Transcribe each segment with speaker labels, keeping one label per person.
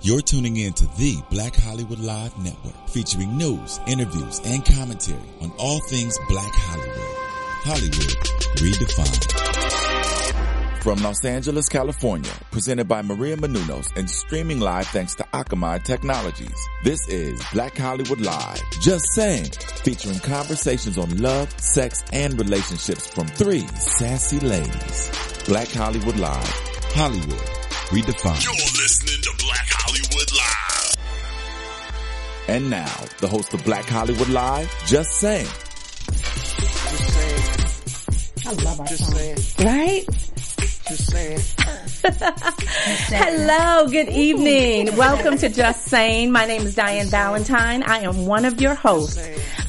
Speaker 1: You're tuning in to the Black Hollywood Live Network, featuring news, interviews, and commentary on all things Black Hollywood. Hollywood redefined. From Los Angeles, California, presented by Maria Menunos and streaming live thanks to Akamai Technologies. This is Black Hollywood Live. Just saying, featuring conversations on love, sex, and relationships from three sassy ladies. Black Hollywood Live. Hollywood redefined.
Speaker 2: You're listening to Black Hollywood Live.
Speaker 1: And now, the host of Black Hollywood Live, Just Saying.
Speaker 3: Just saying.
Speaker 4: I love our
Speaker 3: Just
Speaker 4: song.
Speaker 3: saying.
Speaker 4: Right?
Speaker 3: Just saying.
Speaker 4: Hello, good evening. Welcome to Just Saying. My name is Diane Valentine. I am one of your hosts.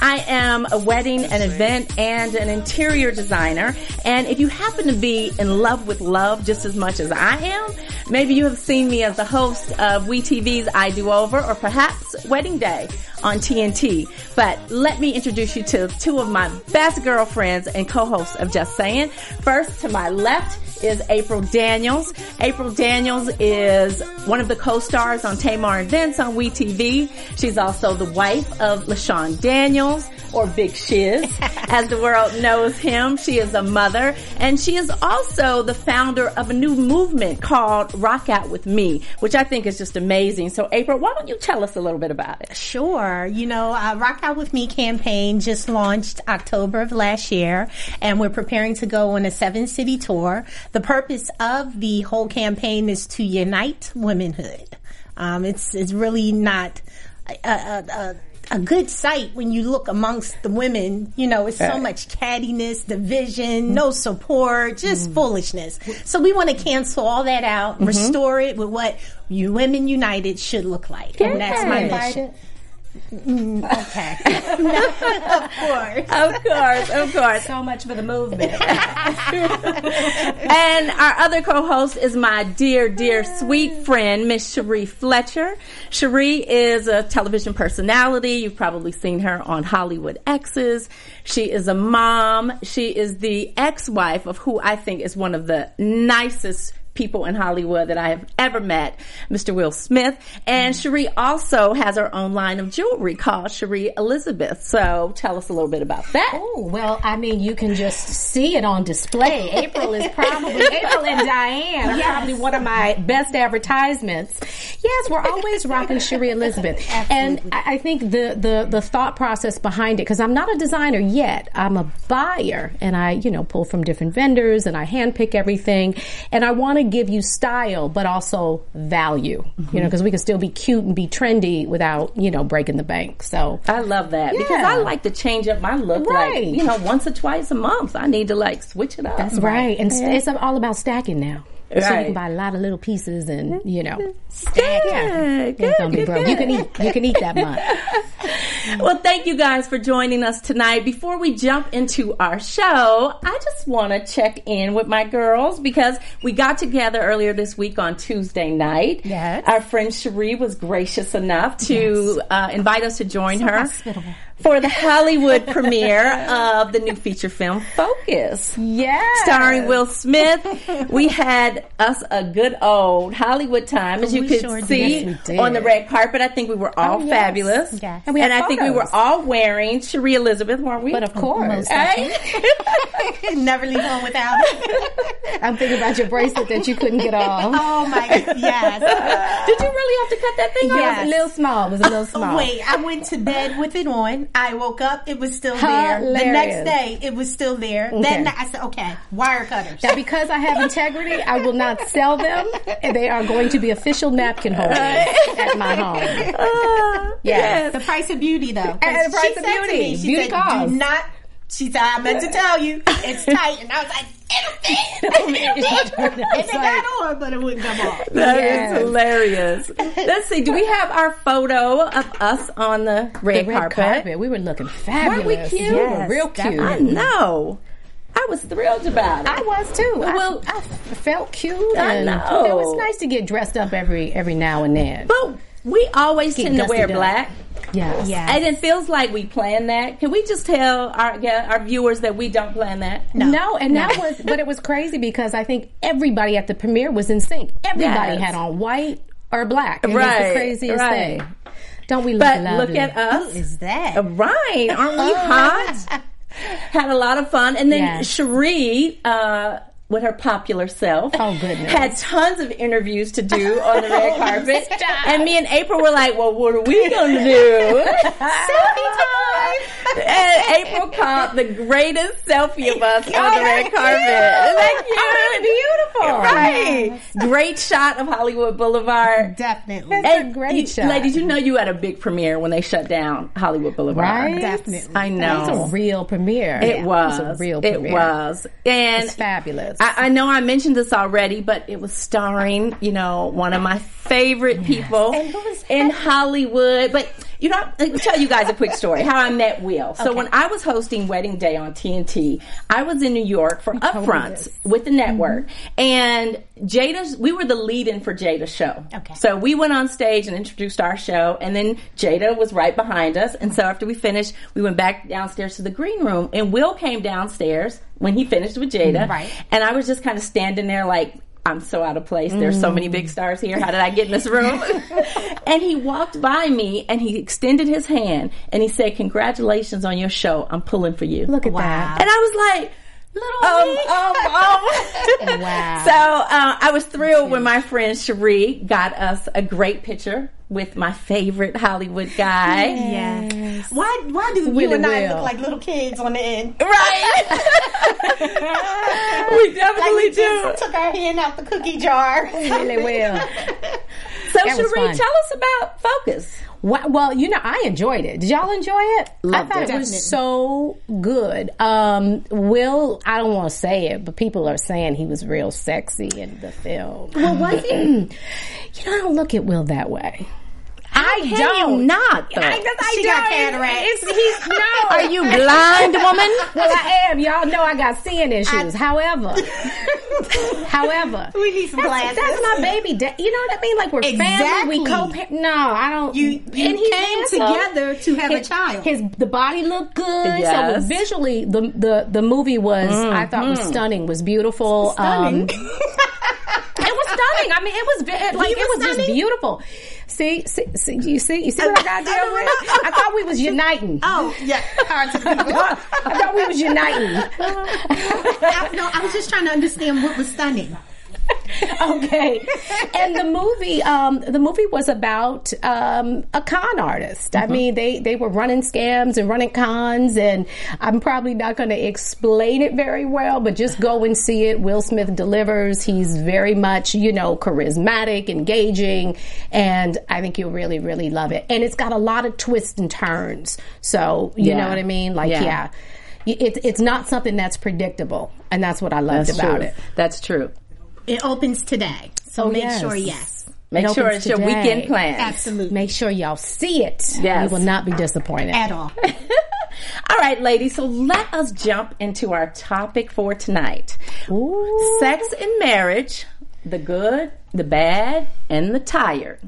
Speaker 4: I am a wedding, an event, and an interior designer. And if you happen to be in love with love just as much as I am, maybe you have seen me as the host of WeTV's I Do Over or perhaps Wedding Day on TNT. But let me introduce you to two of my best girlfriends and co-hosts of Just Saying. First, to my left is April Daniels. April Daniels is one of the co-stars on Tamar and Vince on WeTV. She's also the wife of LaShawn Daniels, or Big Shiz, as the world knows him. She is a mother, and she is also the founder of a new movement called Rock Out With Me, which I think is just amazing. So April, why don't you tell us a little bit about it?
Speaker 5: Sure. You know, uh, Rock Out With Me campaign just launched October of last year, and we're preparing to go on a seven city tour. The purpose of the whole campaign is to unite womanhood. Um, it's, it's really not a, a, a, a good sight when you look amongst the women. You know, it's so much cattiness, division, no support, just foolishness. So we want to cancel all that out, restore it with what you women united should look like. And that's my
Speaker 4: Yes.
Speaker 5: mission. Okay. of course.
Speaker 4: Of course, of course.
Speaker 6: So much for the movement.
Speaker 4: And our other co-host is my dear, dear, sweet friend, Miss Cherie Fletcher. Cherie is a television personality. You've probably seen her on Hollywood X's. She is a mom. She is the ex-wife of who I think is one of the nicest people in Hollywood that I have ever met, Mr. Will Smith. And Cherie also has her own line of jewelry called Cherie Elizabeth. So tell us a little bit about that.
Speaker 6: Oh, well, I mean, you can just see it on display. April is probably, April and Diane are probably one of my best advertisements. Yes, we're always rocking Cherie Elizabeth. And I I think the, the, the thought process behind it, because I'm not a designer yet, I'm a buyer and I, you know, pull from different vendors and I handpick everything. And I want to give you style, but also value, you know, because we can still be cute and be trendy without, you know, breaking the bank. So
Speaker 4: I love that because I like to change up my look. Like,
Speaker 6: Right.
Speaker 4: you know, once or twice a month, I need to like switch it up.
Speaker 6: That's right. And st- it's all about stacking now. So you
Speaker 4: Right.
Speaker 6: can buy a lot of little pieces and, you know,
Speaker 4: Stack. Good,
Speaker 6: ain't gonna be
Speaker 4: good,
Speaker 6: broke. You can
Speaker 4: good.
Speaker 6: eat. You can eat that much.
Speaker 4: Well, thank you guys for joining us tonight. Before we jump into our show, I just want to check in with my girls because we got together earlier this week on Tuesday night.
Speaker 5: Yes.
Speaker 4: Our friend Cherie was gracious enough to uh, invite us to join her
Speaker 5: hospitable.
Speaker 4: for the Hollywood premiere of the new feature film Focus.
Speaker 6: Yes.
Speaker 4: starring Will Smith. we had us a good old Hollywood time, as you
Speaker 5: We
Speaker 4: could
Speaker 5: sure did.
Speaker 4: see
Speaker 6: Yes, we did.
Speaker 4: on the red carpet. I think we were all
Speaker 6: Oh, yes.
Speaker 4: fabulous,
Speaker 5: Yes.
Speaker 4: and,
Speaker 5: And
Speaker 6: we had
Speaker 4: I think we were
Speaker 6: photos.
Speaker 4: all wearing Cherie Elizabeth, weren't we?
Speaker 6: But of course,
Speaker 5: Most Never leave home without it.
Speaker 6: I'm thinking about your bracelet that you couldn't get off.
Speaker 5: Oh my yes.
Speaker 4: Did you really have to cut that thing
Speaker 6: It was
Speaker 4: off?
Speaker 6: a little small. It was a
Speaker 4: Oh,
Speaker 6: little small.
Speaker 5: Wait, I went to bed with it on. I woke up, it was still there. The
Speaker 6: Hilarious.
Speaker 5: next day, it was still there.
Speaker 6: Okay.
Speaker 5: Then I said, okay, wire cutters.
Speaker 6: Now, because I have integrity, I will not sell them. And they are going to be official napkin holders at my home.
Speaker 4: Ah,
Speaker 6: Yes.
Speaker 5: the price of beauty, though. 'Cause
Speaker 6: And the price
Speaker 5: she
Speaker 6: of
Speaker 5: said to
Speaker 6: beauty.
Speaker 5: me, she
Speaker 6: Beauty
Speaker 5: said,
Speaker 6: calls.
Speaker 5: do not. She said, I meant to tell you, it's tight. And I was like, it'll fit. It'll fit. And it got on, but it wouldn't come off.
Speaker 4: that is
Speaker 6: Yes.
Speaker 4: hilarious. Let's see. Do we have our photo of us on the red,
Speaker 6: The red carpet. We were looking fabulous.
Speaker 4: Weren't we cute?
Speaker 6: We were real cute.
Speaker 4: I know. I was thrilled about it.
Speaker 6: I was too.
Speaker 4: Well-
Speaker 6: Well, I, f- felt cute.
Speaker 4: I
Speaker 6: and
Speaker 4: know.
Speaker 6: It was nice to get dressed up every every now and then.
Speaker 4: but we always
Speaker 6: Get
Speaker 4: tend to wear
Speaker 6: dusted up.
Speaker 4: black.
Speaker 6: yes.
Speaker 5: Yeah.
Speaker 4: And it feels like we plan that. Can we just tell our yeah, our viewers that we don't plan that?
Speaker 6: No, and that was, but it was crazy because I think everybody at the premiere was in sync. Everybody
Speaker 4: Yes.
Speaker 6: had on white are black. And It's
Speaker 4: Right,
Speaker 6: the craziest
Speaker 4: right.
Speaker 6: thing. Don't we look
Speaker 4: But
Speaker 6: lovely?
Speaker 4: look at us.
Speaker 5: Is that?
Speaker 4: Uh, Right. Aren't we hot? Had a lot of fun. And then
Speaker 6: Yes.
Speaker 4: Cherie, uh, with her popular self,
Speaker 6: Oh, goodness. Oh,
Speaker 4: had tons of interviews to do on the red carpet. and me and April were like, well, what are we going to do? Selfie time! And April caught the greatest selfie of us on the red carpet. Isn't that cute?
Speaker 6: Oh, beautiful.
Speaker 4: Right. Great shot of Hollywood Boulevard.
Speaker 5: Definitely.
Speaker 6: That's a great
Speaker 4: you,
Speaker 6: shot.
Speaker 4: Ladies, you know you had a big premiere when they shut down Hollywood Boulevard.
Speaker 6: Right?
Speaker 5: Definitely.
Speaker 4: I know.
Speaker 6: It's a real premiere.
Speaker 4: oh. It was.
Speaker 6: a real
Speaker 4: It
Speaker 6: premiere.
Speaker 4: was. And
Speaker 6: It's fabulous.
Speaker 4: I, I know I mentioned this already, but it was starring, you know, one of my favorite people
Speaker 5: And who was
Speaker 4: in
Speaker 5: that?
Speaker 4: Hollywood. But you know, I'll tell you guys a quick story how I met Will. So when I was hosting Wedding Day on TNT, I was in New York for upfronts with the network,
Speaker 5: Mm-hmm.
Speaker 4: and Jada's. We were the lead-in for Jada's show.
Speaker 5: Okay.
Speaker 4: So we went on stage and introduced our show, and then Jada was right behind us. And so after we finished, we went back downstairs to the green room, and Will came downstairs when he finished with Jada.
Speaker 5: Right.
Speaker 4: And I was just kind of standing there like, I'm so out of place. There's so many
Speaker 6: Mm.
Speaker 4: big stars here. How did I get in this room? and he walked by me and he extended his hand and he said, Congratulations on your show. I'm pulling for you.
Speaker 6: look at
Speaker 5: Wow.
Speaker 6: that.
Speaker 4: And I was like,
Speaker 5: Little
Speaker 6: Oh,
Speaker 4: um,
Speaker 5: me.
Speaker 4: um, um.
Speaker 6: Wow.
Speaker 4: So uh, I was thrilled when my friend Cherie got us a great picture with my favorite Hollywood guy.
Speaker 5: Yeah. Why? Why do you
Speaker 6: Willy
Speaker 5: and I
Speaker 6: Will.
Speaker 5: look like little kids on the end?
Speaker 4: Right. we
Speaker 5: Like
Speaker 4: definitely
Speaker 5: we
Speaker 4: do.
Speaker 5: just took our hand out the cookie jar.
Speaker 6: Really well.
Speaker 4: So
Speaker 6: That was
Speaker 4: Cherie, tell
Speaker 6: fun.
Speaker 4: us about Focus.
Speaker 6: Wha- Well, you know, I enjoyed it. Did y'all enjoy it?
Speaker 4: Loved
Speaker 6: I thought
Speaker 4: it.
Speaker 6: it, was so good. Um, Will, I don't want to say it, but people are saying he was real sexy in the film. Well, was he? you know, I don't look at Will that way. I,
Speaker 4: Can you
Speaker 6: don't.
Speaker 4: not though?
Speaker 6: I, 'cause I
Speaker 5: She
Speaker 6: don't.
Speaker 5: got cataracts.
Speaker 6: It's- he's no.
Speaker 4: Are you blind, woman?
Speaker 6: Well, I am. Y'all know I got seeing issues. however, however,
Speaker 5: We need some
Speaker 6: that's,
Speaker 5: glasses.
Speaker 6: that's my baby. Da- you know what I mean? Like we're family.
Speaker 5: Exactly.
Speaker 6: We co-parent. No, I don't.
Speaker 5: You- you
Speaker 6: he's
Speaker 5: came
Speaker 6: handsome.
Speaker 5: together to have a child.
Speaker 6: His the body looked good.
Speaker 4: Yes.
Speaker 6: So visually, the the the movie was
Speaker 5: Mm,
Speaker 6: I thought was stunning. Was beautiful. Um, it was stunning. I mean, it was ve- like
Speaker 5: He
Speaker 6: it was,
Speaker 5: was
Speaker 6: just
Speaker 5: stunning?
Speaker 6: beautiful. See, see, see, you see, you see what I got to deal with. I thought we was uniting.
Speaker 5: oh yeah. Hard to people.
Speaker 6: I thought we was uniting.
Speaker 5: I, no, I was just trying to understand what was stunning.
Speaker 6: okay. And the movie, um, the movie was about um, a con artist.
Speaker 4: Mm-hmm.
Speaker 6: I mean, they they were running scams and running cons, and I'm probably not going to explain it very well, but just go and see it. Will Smith delivers. He's very much, you know, charismatic, engaging, and I think you'll really, really love it. And it's got a lot of twists and turns. So you
Speaker 4: Yeah.
Speaker 6: know what I mean? Like,
Speaker 4: Yeah.
Speaker 6: yeah. Y- It's it's not something that's predictable, and that's what I loved about it.
Speaker 4: That's true.
Speaker 5: It opens today, so make
Speaker 6: yes.
Speaker 5: sure yes,
Speaker 4: Make
Speaker 6: It
Speaker 4: sure it's
Speaker 6: opens
Speaker 4: your
Speaker 6: today.
Speaker 4: weekend plan.
Speaker 5: absolutely,
Speaker 6: Make sure y'all see it.
Speaker 4: Yes.
Speaker 6: You will not be disappointed.
Speaker 5: at all.
Speaker 4: All right, ladies, so let us jump into our topic for tonight sex and marriage, the good, the bad, and the tired.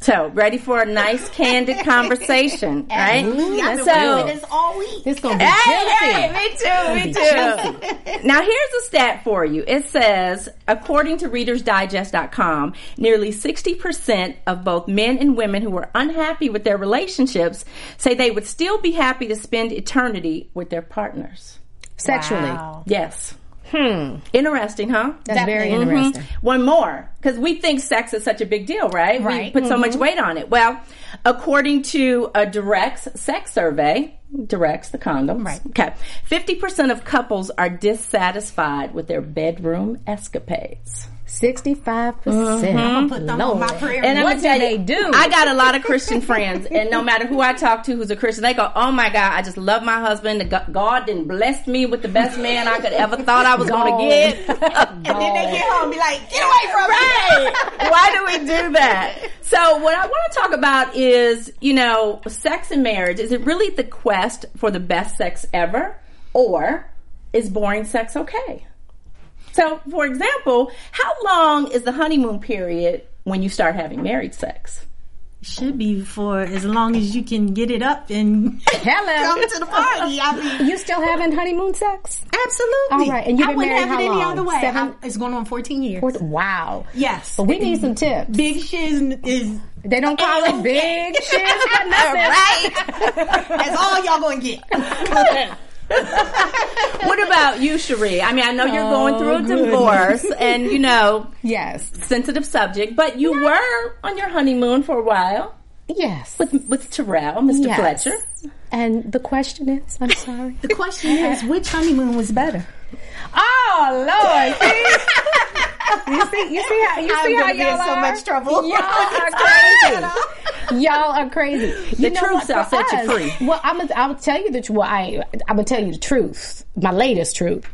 Speaker 4: So, ready for a nice, candid conversation, right?
Speaker 5: I've been
Speaker 4: So,
Speaker 5: waiting for this all week.
Speaker 6: It's gonna be juicy.
Speaker 4: Hey, hey, me too, me too. Now here's a stat for you. It says, according to readersdigest.com, nearly 60% of both men and women who are unhappy with their relationships say they would still be happy to spend eternity with their partners.
Speaker 6: sexually.
Speaker 4: Yes. Hmm. Interesting, huh?
Speaker 6: That's very interesting.
Speaker 4: One more, because we think sex is such a big deal, right? We
Speaker 5: Right.
Speaker 4: put so
Speaker 6: Mm-hmm.
Speaker 4: much weight on it. Well, according to a Directs sex survey, Directs the condoms.
Speaker 5: Right.
Speaker 4: Okay. Fifty percent of couples are dissatisfied with their bedroom escapades.
Speaker 6: 65%. percent
Speaker 5: I'm gonna put them on my prayer.
Speaker 4: And I'm gonna
Speaker 6: What do
Speaker 4: tell you,
Speaker 6: they do?
Speaker 4: I got a lot of Christian friends, and no matter who I talk to who's a Christian, they go, "Oh my God, I just love my husband. The Go- God didn't bless me with the best man I could ever thought I was going
Speaker 6: Gone.
Speaker 4: to get."
Speaker 5: and then they get home and be like, get away from me.
Speaker 4: Right. Why do we do that? So, what I want to talk about is, you know, sex and marriage. Is it really the quest for the best sex ever? Or is boring sex okay? So, for example, how long is the honeymoon period when you start having married sex?
Speaker 5: should be for as long as you can get it up and
Speaker 6: Hello.
Speaker 5: come to the party. I mean,
Speaker 6: You still having honeymoon sex?
Speaker 5: absolutely.
Speaker 6: All right, and you've
Speaker 5: I
Speaker 6: been
Speaker 5: wouldn't have
Speaker 6: married how
Speaker 5: it any
Speaker 6: long?
Speaker 5: other way.
Speaker 6: Seven-
Speaker 5: I- it's going on 14 years.
Speaker 6: Wow.
Speaker 5: Yes.
Speaker 6: But we need some tips.
Speaker 5: Big shiz is
Speaker 6: They don't call it big shiz for nothing.
Speaker 5: right. That's all y'all gonna get.
Speaker 4: What about you, Cherie? I mean, I know you're going through a
Speaker 6: Oh,
Speaker 4: divorce and, you know,
Speaker 6: Yes.
Speaker 4: sensitive subject, but you were on your honeymoon for a while
Speaker 6: Yes.
Speaker 4: with, with Terrell, Mr.
Speaker 6: Yes.
Speaker 4: Fletcher.
Speaker 6: And the question is, I'm sorry.
Speaker 5: The question is, which honeymoon was better?
Speaker 6: oh Lord. See? you see, you see how you
Speaker 5: I'm
Speaker 6: see how
Speaker 5: gonna be in
Speaker 6: y'all
Speaker 5: so
Speaker 6: are.
Speaker 5: much trouble.
Speaker 6: Y'all are crazy. y'all are crazy.
Speaker 4: The
Speaker 6: You
Speaker 4: truth
Speaker 6: what?
Speaker 4: shall
Speaker 6: For
Speaker 4: set you
Speaker 6: us-
Speaker 4: free.
Speaker 6: Well, I'm gonna I'll tell you the tr- well, I I'm gonna tell you the truth. My latest truth,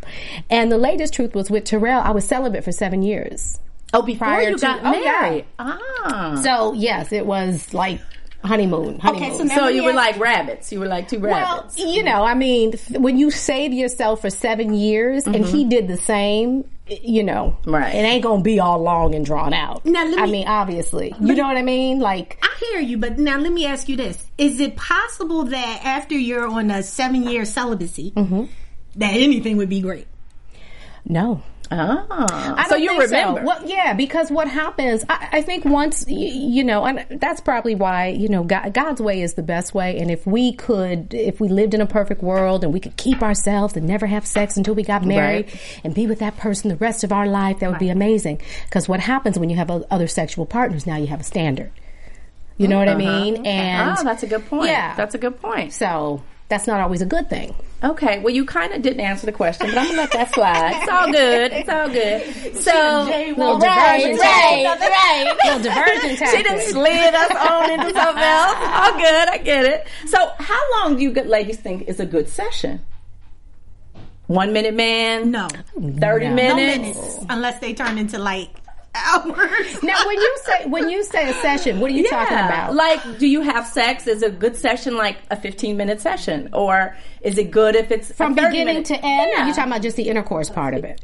Speaker 6: and the latest truth was with Terrell. I was celibate for seven years.
Speaker 4: Oh, before
Speaker 6: Prior
Speaker 4: you
Speaker 6: to-
Speaker 4: got
Speaker 6: oh, yeah.
Speaker 4: married. Ah.
Speaker 6: So yes, it was like honeymoon. honeymoon.
Speaker 4: So you were like rabbits. You were like two
Speaker 6: Well,
Speaker 4: rabbits.
Speaker 6: you know, I mean, f- when you save yourself for seven years and he did the same, i- you know,
Speaker 4: Mm-hmm. Right.
Speaker 6: It ain't gonna be all long and drawn out.
Speaker 5: Now, let
Speaker 6: I
Speaker 5: me-
Speaker 6: mean, obviously, you know what I mean? Like,
Speaker 5: I hear you, but now let me ask you this: Is it possible that after you're on a seven-year celibacy,
Speaker 6: Mm-hmm.
Speaker 5: that anything would be great?
Speaker 6: no.
Speaker 4: ah.
Speaker 6: I
Speaker 4: so
Speaker 6: don't
Speaker 4: you
Speaker 6: think
Speaker 4: remember.
Speaker 6: Well, yeah, because what happens, I, I think once, you, you know, and that's probably why, you know, God, God's way is the best way. And if we could, if we lived in a perfect world and we could keep ourselves and never have sex until we got married and be with that person the rest of our life, that would be amazing. Because what happens when you have o- other sexual partners, now you have a standard. You know what I mean? And
Speaker 4: Uh-huh. Ah, that's a good point.
Speaker 6: Yeah.
Speaker 4: That's a good point.
Speaker 6: so that's not always a good thing.
Speaker 4: Okay, well, you kind of didn't answer the question, but I'm gonna let that slide. It's all good. It's all good. So,
Speaker 6: Little
Speaker 4: right,
Speaker 6: diversion
Speaker 4: right, right.
Speaker 6: Little diversion
Speaker 4: She didn't
Speaker 6: tactic.
Speaker 4: slid us on into something else. All good. I get it. So, how long do you good ladies think is a good session? One minute, man.
Speaker 5: No,
Speaker 4: Thirty
Speaker 5: no
Speaker 4: minutes.
Speaker 5: minutes, unless they turn into like hours.
Speaker 6: Now, when you say when you say a session, what are you talking about?
Speaker 4: Like, do you have sex? Is a good session like a 15 minute session? Or is it good if it's
Speaker 6: from
Speaker 4: a 30
Speaker 6: beginning
Speaker 4: minute-
Speaker 6: to end.
Speaker 4: Yeah.
Speaker 6: Are you talking about just the intercourse part of it?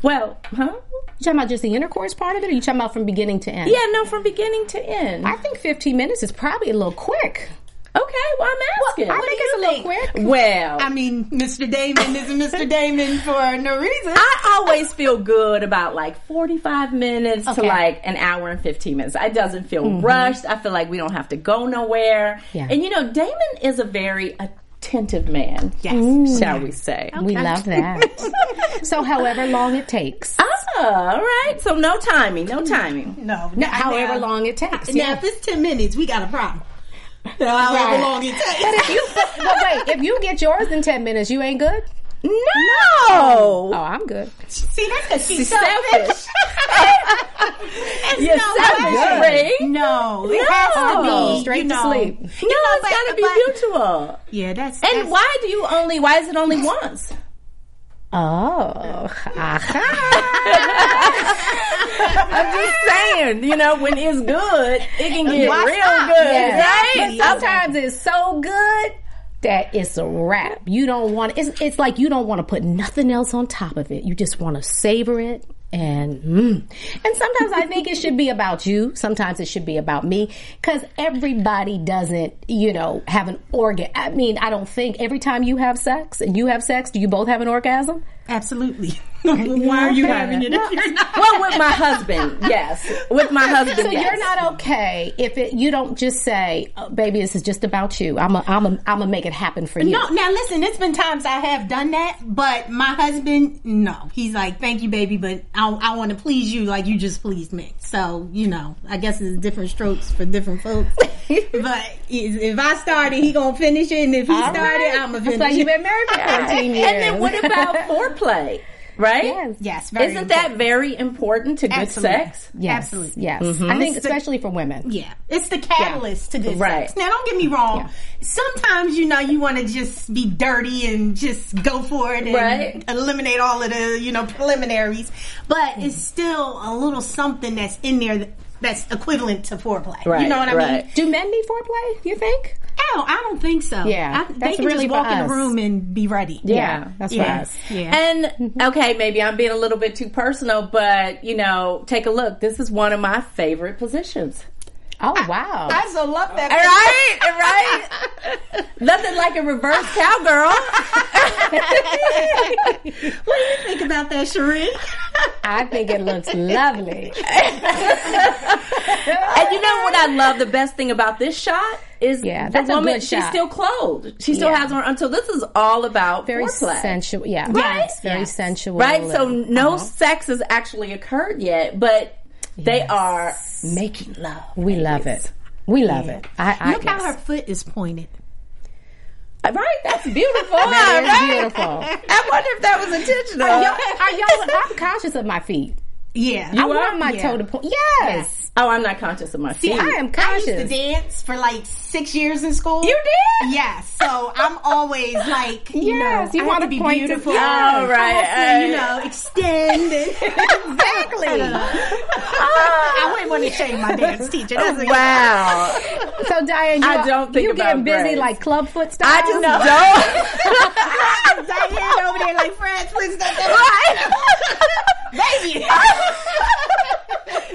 Speaker 4: Well, huh?
Speaker 6: You talking about just the intercourse part of it? Or you talking about from beginning to end?
Speaker 4: Yeah, no, from beginning to end.
Speaker 6: I think 15 minutes is probably a little quick.
Speaker 4: okay, well, I'm asking.
Speaker 6: I think it's a little quick.
Speaker 4: Well,
Speaker 5: I mean, Mr. Damon is Mr. Damon for no reason.
Speaker 4: I always feel good about like 45 minutes to
Speaker 6: Okay. Mm-hmm.
Speaker 4: like an hour and 15 minutes. It doesn't feel rushed. I feel like we don't have to go nowhere.
Speaker 6: Yeah.
Speaker 4: And you know, Damon is a very attentive man,
Speaker 5: Yes.
Speaker 4: shall we say.
Speaker 6: We love that. so, however long it takes,
Speaker 4: Ah, all right. So no timing, no timing.
Speaker 5: No, no,
Speaker 6: however
Speaker 5: now-
Speaker 6: long it takes.
Speaker 5: Now, if it's ten minutes, we got a problem. So however
Speaker 6: Right.
Speaker 5: long it takes.
Speaker 6: But if you but wait, if you get yours in 10 minutes, you ain't good.
Speaker 4: No.
Speaker 6: Oh, I'm good.
Speaker 5: See, that's because she's,
Speaker 4: She's
Speaker 5: selfish.
Speaker 4: selfish. You're
Speaker 5: no
Speaker 4: selfish,
Speaker 5: way.
Speaker 4: Ray.
Speaker 5: No, it
Speaker 4: No.
Speaker 5: has to be
Speaker 4: Straight
Speaker 5: you
Speaker 6: to
Speaker 5: know,
Speaker 6: sleep.
Speaker 5: you
Speaker 4: No,
Speaker 5: know,
Speaker 4: it's
Speaker 5: but-
Speaker 4: got to be
Speaker 5: but-
Speaker 4: mutual.
Speaker 5: Yeah, that's
Speaker 4: And why do you only? Why is it only once?
Speaker 6: Oh, aha.
Speaker 4: I'm just saying, you know, when it's good, it can get
Speaker 5: Why
Speaker 4: real
Speaker 5: stop?
Speaker 4: good,
Speaker 5: Yeah.
Speaker 4: right?
Speaker 6: But sometimes it's so good that it's a wrap. You don't want it's it's like you don't want to put nothing else on top of it. You just want to savor it. And mm. and sometimes I think it should be about you. Sometimes it should be about me because everybody doesn't, you know, have an organ. I mean, I don't think every time you have sex and you have sex, do you both have an orgasm?
Speaker 5: absolutely. why are you having it if you're not?
Speaker 4: Well, with my husband, yes. With my husband,
Speaker 6: So
Speaker 4: yes.
Speaker 6: you're not okay if it, you don't just say, oh, "Baby, this is just about you. I'm a, I'm a, I'm gonna make it happen for you."
Speaker 5: No, now listen. There's been times I have done that, but my husband, no, he's like, "Thank you, baby," but I, I want to please you like you just pleased me. So you know, I guess it's different strokes for different folks. but i- if I started, he gonna finish it, and if he started, I'm gonna finish
Speaker 6: It's like
Speaker 5: it.
Speaker 6: you've been married for 14 years.
Speaker 4: and then what about foreplay? Right?
Speaker 6: Yes.
Speaker 5: yes, very
Speaker 4: Isn't that very important to good
Speaker 5: Absolutely.
Speaker 4: sex?
Speaker 6: Yes.
Speaker 5: Absolutely.
Speaker 6: Yes.
Speaker 4: Mm-hmm.
Speaker 6: I think especially for women.
Speaker 5: Yeah, it's the catalyst to good
Speaker 4: Right.
Speaker 5: sex. Now, don't get me wrong.
Speaker 6: Yeah.
Speaker 5: Sometimes you know you want to just be dirty and just go for it and
Speaker 4: Right.
Speaker 5: eliminate all of the you know preliminaries, but it's still a little something that's in there that- that's equivalent to foreplay.
Speaker 4: Right,
Speaker 5: you know what I
Speaker 4: right.
Speaker 5: mean?
Speaker 6: Do men need foreplay, you think?
Speaker 5: Oh, I don't think so.
Speaker 6: Yeah,
Speaker 5: I, they
Speaker 6: that's
Speaker 5: can
Speaker 6: really
Speaker 5: just
Speaker 6: for
Speaker 5: walk in
Speaker 6: us.
Speaker 5: the room and be ready.
Speaker 4: Yeah.
Speaker 6: That's
Speaker 5: Yeah.
Speaker 6: right.
Speaker 5: Yeah.
Speaker 4: And okay, maybe I'm being a little bit too personal, but you know, take a look. This is one of my favorite positions.
Speaker 6: Oh wow!
Speaker 5: I so love that.
Speaker 4: Right, right. Nothing like a reverse cowgirl.
Speaker 5: What do you think about that, Cherie?
Speaker 6: I think it looks lovely.
Speaker 4: And you know what I love? The best thing about this shot is
Speaker 6: Yeah,
Speaker 4: the
Speaker 6: that's a
Speaker 4: woman.
Speaker 6: good
Speaker 4: she's
Speaker 6: shot.
Speaker 4: still clothed. She still
Speaker 6: Yeah.
Speaker 4: has on. So this is all about
Speaker 6: Very
Speaker 4: foreplay.
Speaker 6: sensual. Yeah.
Speaker 4: Right?
Speaker 6: Yes, very
Speaker 5: Yes.
Speaker 6: sensual.
Speaker 4: Right, so
Speaker 6: and-
Speaker 4: no sex has actually occurred yet, but they are making love.
Speaker 6: we love it. We love it. I, I
Speaker 5: Look
Speaker 6: guess.
Speaker 5: how her foot is pointed.
Speaker 4: Right, that's beautiful.
Speaker 6: That is
Speaker 4: Right?
Speaker 6: beautiful.
Speaker 4: I wonder if that was intentional.
Speaker 6: Are y'all? I'm conscious of my feet.
Speaker 5: Yeah.
Speaker 6: I want my toe to point. Yes.
Speaker 4: oh, I'm not conscious of my feet.
Speaker 6: I am
Speaker 5: I used to
Speaker 6: conscious.
Speaker 5: dance for like six years in school.
Speaker 4: you did?
Speaker 5: Yes. So I'm always like, you
Speaker 6: Yes,
Speaker 5: know,
Speaker 6: you
Speaker 5: I have
Speaker 6: wanna
Speaker 5: to be
Speaker 6: point to-
Speaker 5: beautiful.
Speaker 6: Yes.
Speaker 4: Oh, right,
Speaker 5: Also, you
Speaker 4: right.
Speaker 5: know, extend. and-
Speaker 6: exactly.
Speaker 5: I wouldn't want to shame my dance teacher. That's okay.
Speaker 4: Wow.
Speaker 6: So Diane, you,
Speaker 4: I don't think
Speaker 6: you
Speaker 4: about
Speaker 6: getting busy
Speaker 4: braids.
Speaker 6: like club foot style.
Speaker 4: I just don't.
Speaker 5: Diane over there like, Fred, please don't do that. Baby.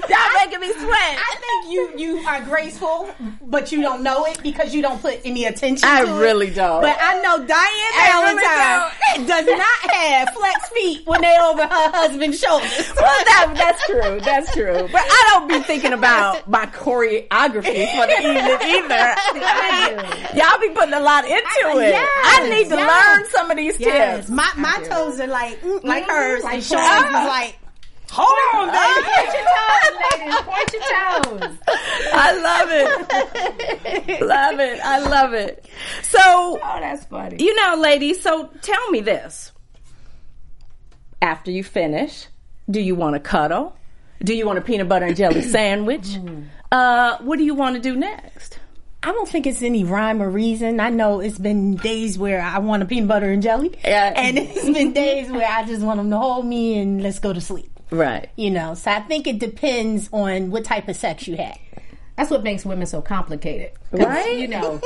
Speaker 4: Y'all making me sweat.
Speaker 5: I think you you are graceful, but you don't know it because you don't put any attention.
Speaker 4: I
Speaker 5: to it.
Speaker 4: really don't.
Speaker 5: But I know Diane
Speaker 4: really
Speaker 5: Valentine does not have flex feet when they over her husband's shoulders.
Speaker 4: Well, that, that's true. That's true. But I don't be thinking about my choreography for the evening either. Y'all be putting a lot into it. I need to learn some of these tips.
Speaker 5: my my toes are like mm, like hers,
Speaker 6: like
Speaker 5: and shoulders is
Speaker 4: hers.
Speaker 5: like. Oh. Hold on, baby.
Speaker 6: Point your toes.
Speaker 4: I love it. love it. I love it. So,
Speaker 6: Oh, that's funny.
Speaker 4: you know, ladies, so tell me this. After you finish, do you want to cuddle? Do you want a peanut butter and jelly sandwich?
Speaker 6: Mm.
Speaker 4: Uh, what do you want to do next?
Speaker 5: I don't think it's any rhyme or reason. I know it's been days where I want a peanut butter and jelly,
Speaker 4: Yeah.
Speaker 5: and it's been days where I just want them to hold me and let's go to sleep.
Speaker 4: Right.
Speaker 5: You know, so I think it depends on what type of sex you had.
Speaker 6: That's what makes women so complicated,
Speaker 4: Right?
Speaker 6: You know.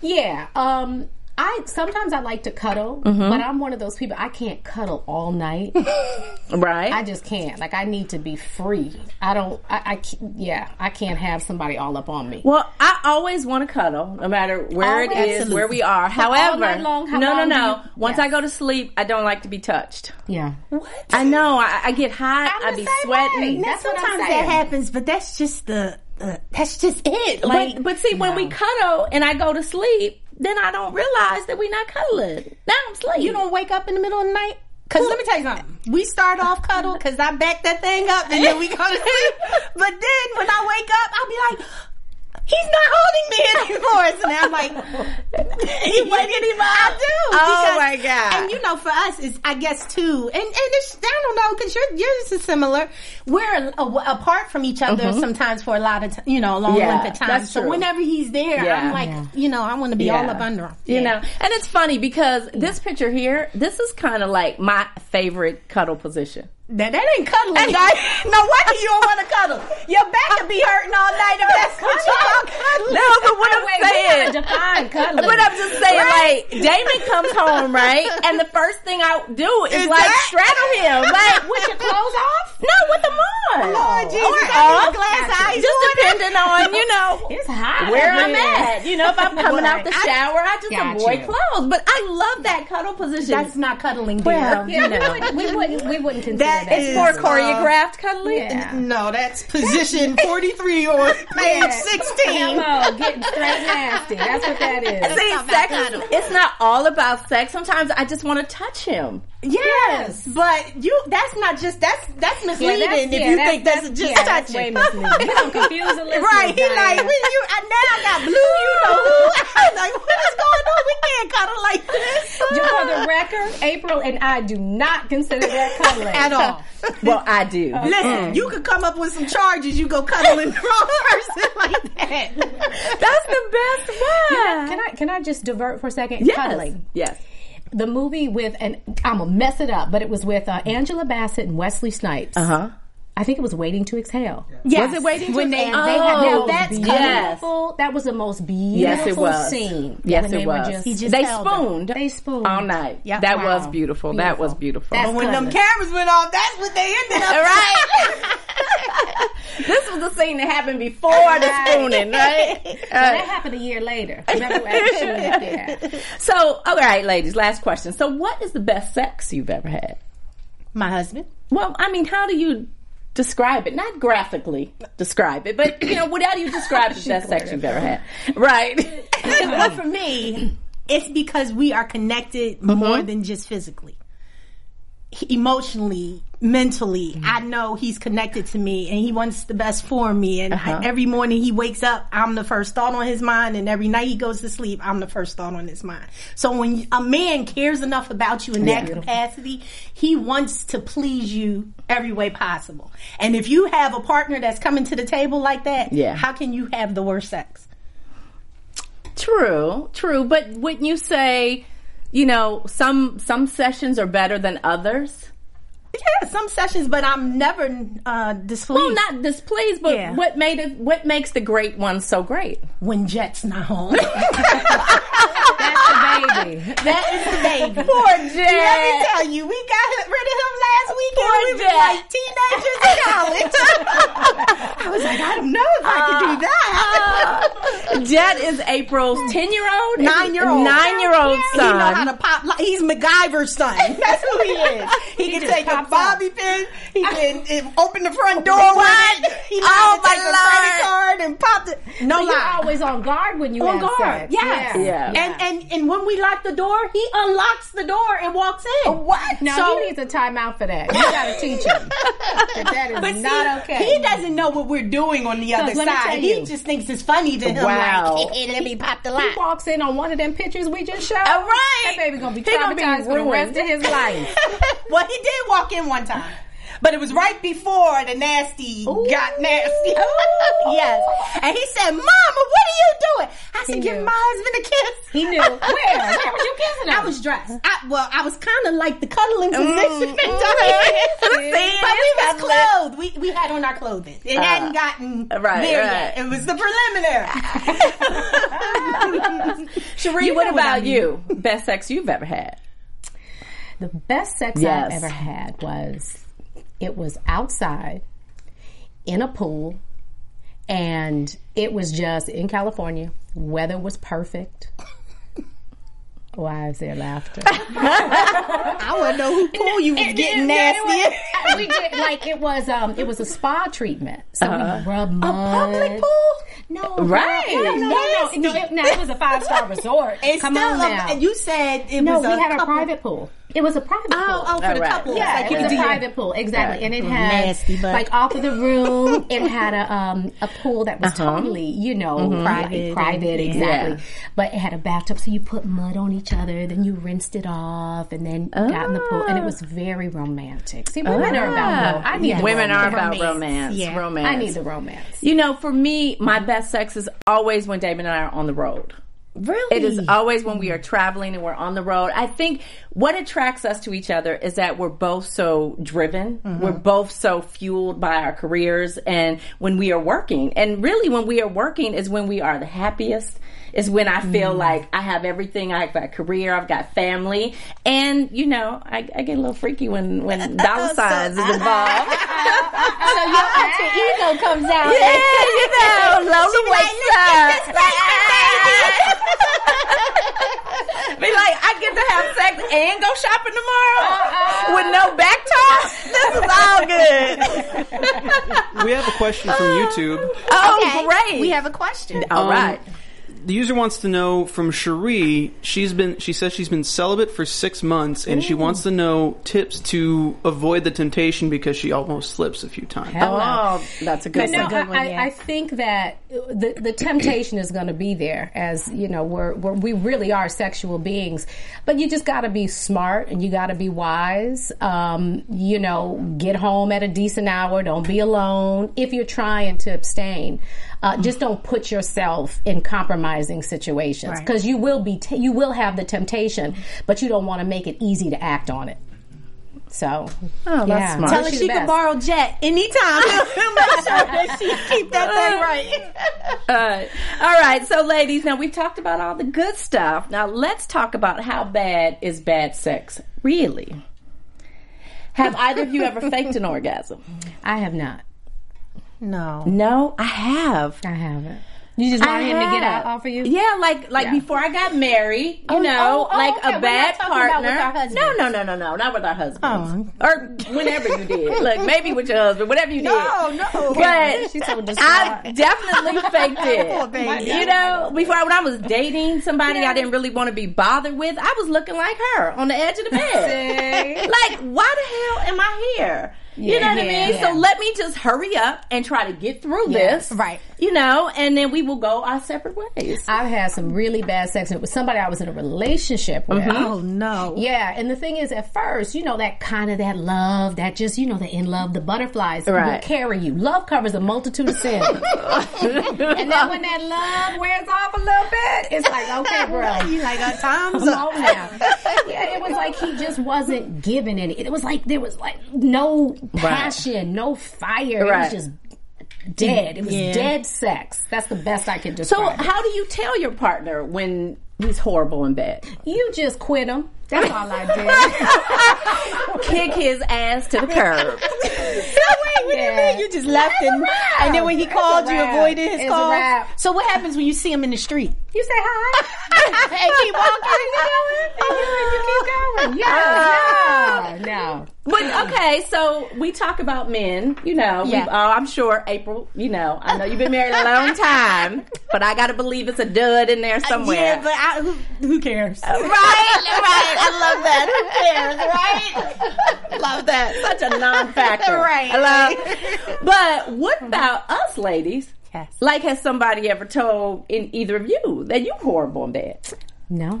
Speaker 6: yeah. Um. I sometimes I like to cuddle,
Speaker 5: Mm-hmm.
Speaker 6: but I'm one of those people I can't cuddle all night.
Speaker 4: Right.
Speaker 6: I just can't. Like I need to be free. I don't. I, I can't- yeah. I can't have somebody all up on me.
Speaker 4: Well, I always want to cuddle, no matter where it is,
Speaker 6: Always.
Speaker 4: where we are. However,
Speaker 6: night long, how
Speaker 4: no,
Speaker 6: long
Speaker 4: no,
Speaker 6: do
Speaker 4: no.
Speaker 6: you-
Speaker 4: Once
Speaker 6: Yeah.
Speaker 4: I go to sleep, I don't like to be touched.
Speaker 6: Yeah.
Speaker 4: I know. I, I get hot.
Speaker 6: I'm
Speaker 4: I
Speaker 6: the
Speaker 4: be
Speaker 6: same
Speaker 4: sweating.
Speaker 6: way.
Speaker 5: Now,
Speaker 6: That's what I'm
Speaker 5: sometimes that
Speaker 6: saying.
Speaker 5: happens, but that's just the uh, that's just it. Like,
Speaker 4: But, but see, when we cuddle and I go to sleep, then I don't realize that we're not cuddling. Now I'm sleeping.
Speaker 5: you don't wake up in the middle of the night. Cause let me tell you something. We start off cuddle because I back that thing up and then we go to sleep. But then when I wake up, I'll be like, he's not holding me anymore. So now I'm like, he waking him up. I do.
Speaker 4: Oh, my God.
Speaker 5: And you know, for us, it's I guess too. And and it's, I don't know because your yours is similar. We're a, a- apart from each other sometimes for a lot of t- you know a long
Speaker 4: Mm-hmm. Yeah,
Speaker 5: length of time.
Speaker 4: that's
Speaker 5: So
Speaker 4: true.
Speaker 5: whenever he's there,
Speaker 4: Yeah.
Speaker 5: I'm like, you know, I want to be all
Speaker 4: Yeah.
Speaker 5: up under him.
Speaker 4: You know, and it's funny because this picture here, this is kind of like my favorite cuddle position.
Speaker 5: That, that ain't cuddling, guys. No wonder you don't want to cuddle. Your back could be hurting all night if that's what you call cuddling.
Speaker 4: No, but what I'm
Speaker 6: Wait, we gotta
Speaker 4: saying,
Speaker 6: define cuddling.
Speaker 4: But I'm just saying, like, Damon comes home, right? And the first thing I do is, like
Speaker 5: that-
Speaker 4: straddle him, like with your
Speaker 6: clothes off?
Speaker 4: No, with them on.
Speaker 5: Oh, Lord
Speaker 4: Or
Speaker 5: Jesus, I got
Speaker 4: up.
Speaker 5: glass eyes
Speaker 4: Just depending on, you know,
Speaker 6: It's hot.
Speaker 4: where
Speaker 6: over
Speaker 4: I'm
Speaker 6: here.
Speaker 4: at. You know, if I'm coming out the
Speaker 5: Right. I-
Speaker 4: shower, I just
Speaker 6: Got
Speaker 4: avoid
Speaker 6: you.
Speaker 4: clothes. But I love that cuddle position.
Speaker 5: That's not cuddling, dear.
Speaker 4: Well,
Speaker 6: Yeah, we wouldn't- we wouldn't. We wouldn't consider
Speaker 5: That
Speaker 6: that.
Speaker 5: is-
Speaker 4: more
Speaker 5: uh,
Speaker 4: choreographed cuddling.
Speaker 6: Yeah.
Speaker 5: No, that's position 43 on page 16.
Speaker 6: Hello, getting straight nasty. That's what that is.
Speaker 4: See, sex, it's not all about sex. Sometimes I just want to touch him.
Speaker 5: Yes, but you, that's not just, that's, that's misleading if you think that's, just
Speaker 6: yeah, that's way
Speaker 5: touching.
Speaker 6: misleading. You don't confuse the listener.
Speaker 5: Right, he like, when you, I, now I got blue, you know who. I was like, what is going on? We can't cuddle like this.
Speaker 6: Just for the record, April and I do not consider that cuddling
Speaker 5: At all.
Speaker 4: Well, I do.
Speaker 5: Listen, you could come up with some charges. You go cuddling the wrong person like that.
Speaker 4: That's the best one.
Speaker 6: Can I can I just divert for a second?
Speaker 4: Yes.
Speaker 6: Cuddling.
Speaker 4: Yes.
Speaker 6: The
Speaker 4: Uh-huh.
Speaker 6: movie with and I'm gonna mess it up, but it was with uh, Angela Bassett and Wesley Snipes. Uh huh. I think it was Waiting to Exhale.
Speaker 5: Yes.
Speaker 4: Was it waiting
Speaker 5: when
Speaker 4: to-
Speaker 5: they,
Speaker 4: Oh,
Speaker 5: they had, now
Speaker 6: That
Speaker 5: that's
Speaker 6: was
Speaker 4: yes.
Speaker 6: beautiful. That was the most beautiful
Speaker 4: Yes, it was.
Speaker 6: scene.
Speaker 4: Yes,
Speaker 6: when
Speaker 4: it
Speaker 6: they were
Speaker 4: was.
Speaker 6: just-
Speaker 5: He just
Speaker 4: they
Speaker 5: held her.
Speaker 4: spooned.
Speaker 6: They spooned.
Speaker 4: all night.
Speaker 5: Yeah.
Speaker 4: That
Speaker 5: Wow.
Speaker 4: was beautiful. That was beautiful.
Speaker 6: That's
Speaker 4: All
Speaker 6: When them
Speaker 7: cameras went off, that's what they ended up.
Speaker 4: right. this was the scene that happened before the spooning, right?
Speaker 6: Well, that happened a year later. Remember when she went there?
Speaker 4: So, all right, ladies, last question. So, what is the best sex you've ever had?
Speaker 5: my husband.
Speaker 4: Well, I mean, how do you describe it? Not graphically describe it, but you know, what how do you describe the best sex you've ever had? Right.
Speaker 5: but for me, it's because we are connected more than just physically. Emotionally, mentally, I know he's connected to me and he wants the best for me. And I- every morning he wakes up, I'm the first thought on his mind. And every night he goes to sleep, I'm the first thought on his mind. So when a man cares enough about you in that capacity, he wants to please you every way possible. And if you have a partner that's coming to the table like that,
Speaker 4: Yeah.
Speaker 5: how can you have the worst sex?
Speaker 4: True, true. But wouldn't you say, you know, some some sessions are better than others?
Speaker 5: Yeah, some sessions, but I'm never uh, displeased
Speaker 4: Well, not displeased, but
Speaker 5: Yeah.
Speaker 4: what made it? What makes the great one so great?
Speaker 5: when Jet's not home.
Speaker 6: That's the baby.
Speaker 5: that is the baby.
Speaker 4: Poor Jet.
Speaker 5: Let me tell you, we got rid of him last weekend.
Speaker 4: Poor
Speaker 5: we was
Speaker 4: Jet.
Speaker 5: like teenagers in college. I was like, I don't know if I
Speaker 4: Uh,
Speaker 5: could do that.
Speaker 4: Jet is April's ten-year-old,
Speaker 5: Nine-year-old.
Speaker 4: nine-year-old
Speaker 5: He
Speaker 4: son.
Speaker 5: know how to pop. Like, he's MacGyver's son. That's who he is. He, can
Speaker 7: just
Speaker 5: take a
Speaker 7: pops
Speaker 5: bobby pin. He can eh, open the front door. with
Speaker 4: What?
Speaker 5: it. He knows
Speaker 4: Oh,
Speaker 5: how to take
Speaker 4: my
Speaker 5: a credit
Speaker 4: Lord.
Speaker 5: card and pop the. No
Speaker 6: You're
Speaker 5: lie.
Speaker 6: always on guard when you
Speaker 5: on
Speaker 6: have
Speaker 5: guard.
Speaker 6: sex.
Speaker 5: Yes.
Speaker 4: Yeah. Yeah.
Speaker 5: And and and when we lock the door, he unlocks the door and walks in.
Speaker 6: Oh, What? No,
Speaker 5: So-
Speaker 6: he needs a timeout for that. You gotta teach him. that, that is
Speaker 5: But see,
Speaker 6: not okay.
Speaker 5: he doesn't know what we're doing on the other
Speaker 6: let me
Speaker 5: side.
Speaker 6: tell
Speaker 5: He
Speaker 6: you.
Speaker 5: just thinks it's funny to him.
Speaker 4: Wow.
Speaker 5: Like, "Hey, let me pop the
Speaker 6: He
Speaker 5: lock.
Speaker 6: walks in on one of them pictures we just showed.
Speaker 4: All right.
Speaker 6: That baby gonna be
Speaker 4: He gonna
Speaker 6: traumatized
Speaker 4: be
Speaker 6: for the
Speaker 4: ruined.
Speaker 6: rest of his life.
Speaker 5: well, he did walk in one time, but it was right before the nasty got nasty. yes, and he said, "Mama, what are you doing?" I said, "Give
Speaker 6: knew.
Speaker 5: my husband a kiss."
Speaker 6: He knew. Where? Where was you kissing him?
Speaker 5: I was dressed. I, well, I was kind of like the cuddling position. at
Speaker 4: mm.
Speaker 5: times.
Speaker 4: See,
Speaker 5: but we was
Speaker 4: cuddling.
Speaker 5: clothed. We, we had on our clothing. It hadn't gotten
Speaker 4: right,
Speaker 5: there
Speaker 4: right.
Speaker 5: yet. It was the preliminary.
Speaker 4: Sheree, what about you? Best sex you've ever had?
Speaker 6: the best sex
Speaker 4: Yes.
Speaker 6: I've ever had was it was outside in a pool and it was just in California. Weather was perfect. Why is there laughter?
Speaker 5: I want to know who pool you was getting
Speaker 6: Yeah, it
Speaker 5: nasty.
Speaker 6: was- we did like it was um it was a spa treatment. So we rubbed mud.
Speaker 5: Uh-huh. Public pool.
Speaker 6: No,
Speaker 4: Right.
Speaker 6: girl, No, no, no, no, it, no, it was a five star resort.
Speaker 5: It's
Speaker 6: Come
Speaker 5: still
Speaker 6: on
Speaker 5: a-
Speaker 6: now.
Speaker 5: you said it
Speaker 6: no,
Speaker 5: was
Speaker 6: we
Speaker 5: a
Speaker 6: had a
Speaker 5: couple-
Speaker 6: private pool. It was a private
Speaker 5: Oh,
Speaker 6: pool.
Speaker 5: oh, for the
Speaker 4: Alright.
Speaker 5: couple.
Speaker 6: Yeah,
Speaker 5: like
Speaker 6: it
Speaker 5: you
Speaker 6: was a
Speaker 5: do.
Speaker 6: private pool, exactly, and it had
Speaker 5: Nasty, but-
Speaker 6: like off of the room. It had a um a pool that was totally you know private, private, exactly. But it had a bathtub, so you put mud on each other, then you rinsed it off, and then got in the pool, and it was very romantic. See, women are about romance. I need the
Speaker 4: Ah. Women are
Speaker 6: romance.
Speaker 4: about romance.
Speaker 5: Yeah.
Speaker 4: Romance.
Speaker 6: I need the romance.
Speaker 4: You know, for me, my best sex is always when Damon and I are on the road.
Speaker 5: Really?
Speaker 4: It is always when we are traveling and we're on the road. I think what attracts us to each other is that we're both so driven. We're both so fueled by our careers and when we are working. And really, when we are working is when we are the happiest. Is when I feel like I have everything. I've got career, I've got family, and you know, I, I get a little freaky when when dollar signs is involved.
Speaker 6: So your alter ego comes out.
Speaker 4: Yeah, you know, Lola wakes up. Be like, I get to have sex and go shopping tomorrow with no back talk. This is all good.
Speaker 8: We have a question from YouTube.
Speaker 4: Oh, great.
Speaker 7: We have a question.
Speaker 4: all right.
Speaker 8: The user wants to know from Cherie. She's been. She says she's been celibate for six months, and she wants to know tips to avoid the temptation because she almost slips a few times.
Speaker 4: Oh, that's a good
Speaker 6: no,
Speaker 4: one.
Speaker 6: I, I, I think that the the temptation is going to be there, as you know, we're, we're we really are sexual beings, but you just got to be smart and you got to be wise. Um, you know, get home at a decent hour. Don't be alone if you're trying to abstain. Uh, just don't put yourself in compromising situations because you will be t- you will have the temptation, but you don't want to make it easy to act on it. So,
Speaker 4: Oh, that's
Speaker 6: yeah.
Speaker 4: smart.
Speaker 5: Tell
Speaker 6: She's
Speaker 5: her
Speaker 6: the
Speaker 5: she can
Speaker 6: best.
Speaker 5: borrow Jet anytime. Make sure that she keep that thing right.
Speaker 4: Alright. uh, all right. So, ladies, now we've talked about all the good stuff. Now let's talk about how bad is bad sex really. Have either of you ever faked an orgasm?
Speaker 6: I have not.
Speaker 5: No.
Speaker 4: No, I have.
Speaker 6: I haven't. You just want him to get out off of you?
Speaker 4: Yeah, like like before I got married, you know,
Speaker 6: oh, oh,
Speaker 4: like
Speaker 6: okay. We're
Speaker 4: a
Speaker 6: not
Speaker 4: bad
Speaker 6: talking about
Speaker 4: partner.
Speaker 6: with our husbands. Oh.
Speaker 4: no, no, no, no, no, not with our husbands. Or whenever you did, like maybe with your husband, whatever you
Speaker 5: No,
Speaker 4: did.
Speaker 5: no.
Speaker 4: But
Speaker 6: She's so
Speaker 4: I
Speaker 6: distraught.
Speaker 4: definitely faked
Speaker 5: Poor baby.
Speaker 4: it. You know, before I, when I was dating somebody I didn't really want to be bothered with, I was looking like her on the edge of the bed. like, why the hell am I here? you know what I
Speaker 6: Yeah.
Speaker 4: mean?
Speaker 6: Yeah.
Speaker 4: So let me just hurry up and try to get through this.
Speaker 5: right.
Speaker 4: You know, and then we will go our separate ways.
Speaker 6: I've had some really bad sex with somebody I was in a relationship with.
Speaker 5: Oh no.
Speaker 6: Yeah, and the thing is, at first, you know, that kind of that love, that just, you know, the in love, the butterflies will
Speaker 4: Right.
Speaker 6: carry you. Love covers a multitude of sins. and then when that love wears off a little bit, it's like, okay, bro.
Speaker 5: You like our times
Speaker 6: Come
Speaker 5: up.
Speaker 6: on now. Oh, Yeah, it was like he just wasn't giving any. It was like there was like no passion, no fire.
Speaker 4: Right.
Speaker 6: It was just dead. It was dead sex. That's the best I could
Speaker 4: So,
Speaker 6: describe. it.
Speaker 4: how do you tell your partner when he's horrible in bed?
Speaker 6: You just quit him. That's all I did.
Speaker 4: Kick his ass to the curb.
Speaker 5: Wait, what do you mean? You just left him, and then when he called, you
Speaker 6: wrap.
Speaker 5: avoided his
Speaker 6: It's a
Speaker 5: call.
Speaker 6: wrap.
Speaker 5: So what happens when you see him in the street?
Speaker 6: you say hi.
Speaker 5: and keep
Speaker 6: And
Speaker 5: walking.
Speaker 6: you, you keep going. Yeah, no, no.
Speaker 4: But okay, so we talk about men. You know,
Speaker 5: Yeah.
Speaker 4: we've, uh, I'm sure April. You know, I know you've been married a long time, but I gotta believe it's a dud in
Speaker 6: Uh,
Speaker 4: there somewhere.
Speaker 5: Yeah, but I, who, who cares?
Speaker 4: right, right. I love that. Who cares, right?
Speaker 5: Love that.
Speaker 4: Such a non-factor,
Speaker 5: Right. Mm-hmm.
Speaker 4: Hello? But what about us, ladies?
Speaker 5: Yes.
Speaker 4: Like, has somebody ever told in either of you that you horrible in bed?
Speaker 5: Oh
Speaker 6: No.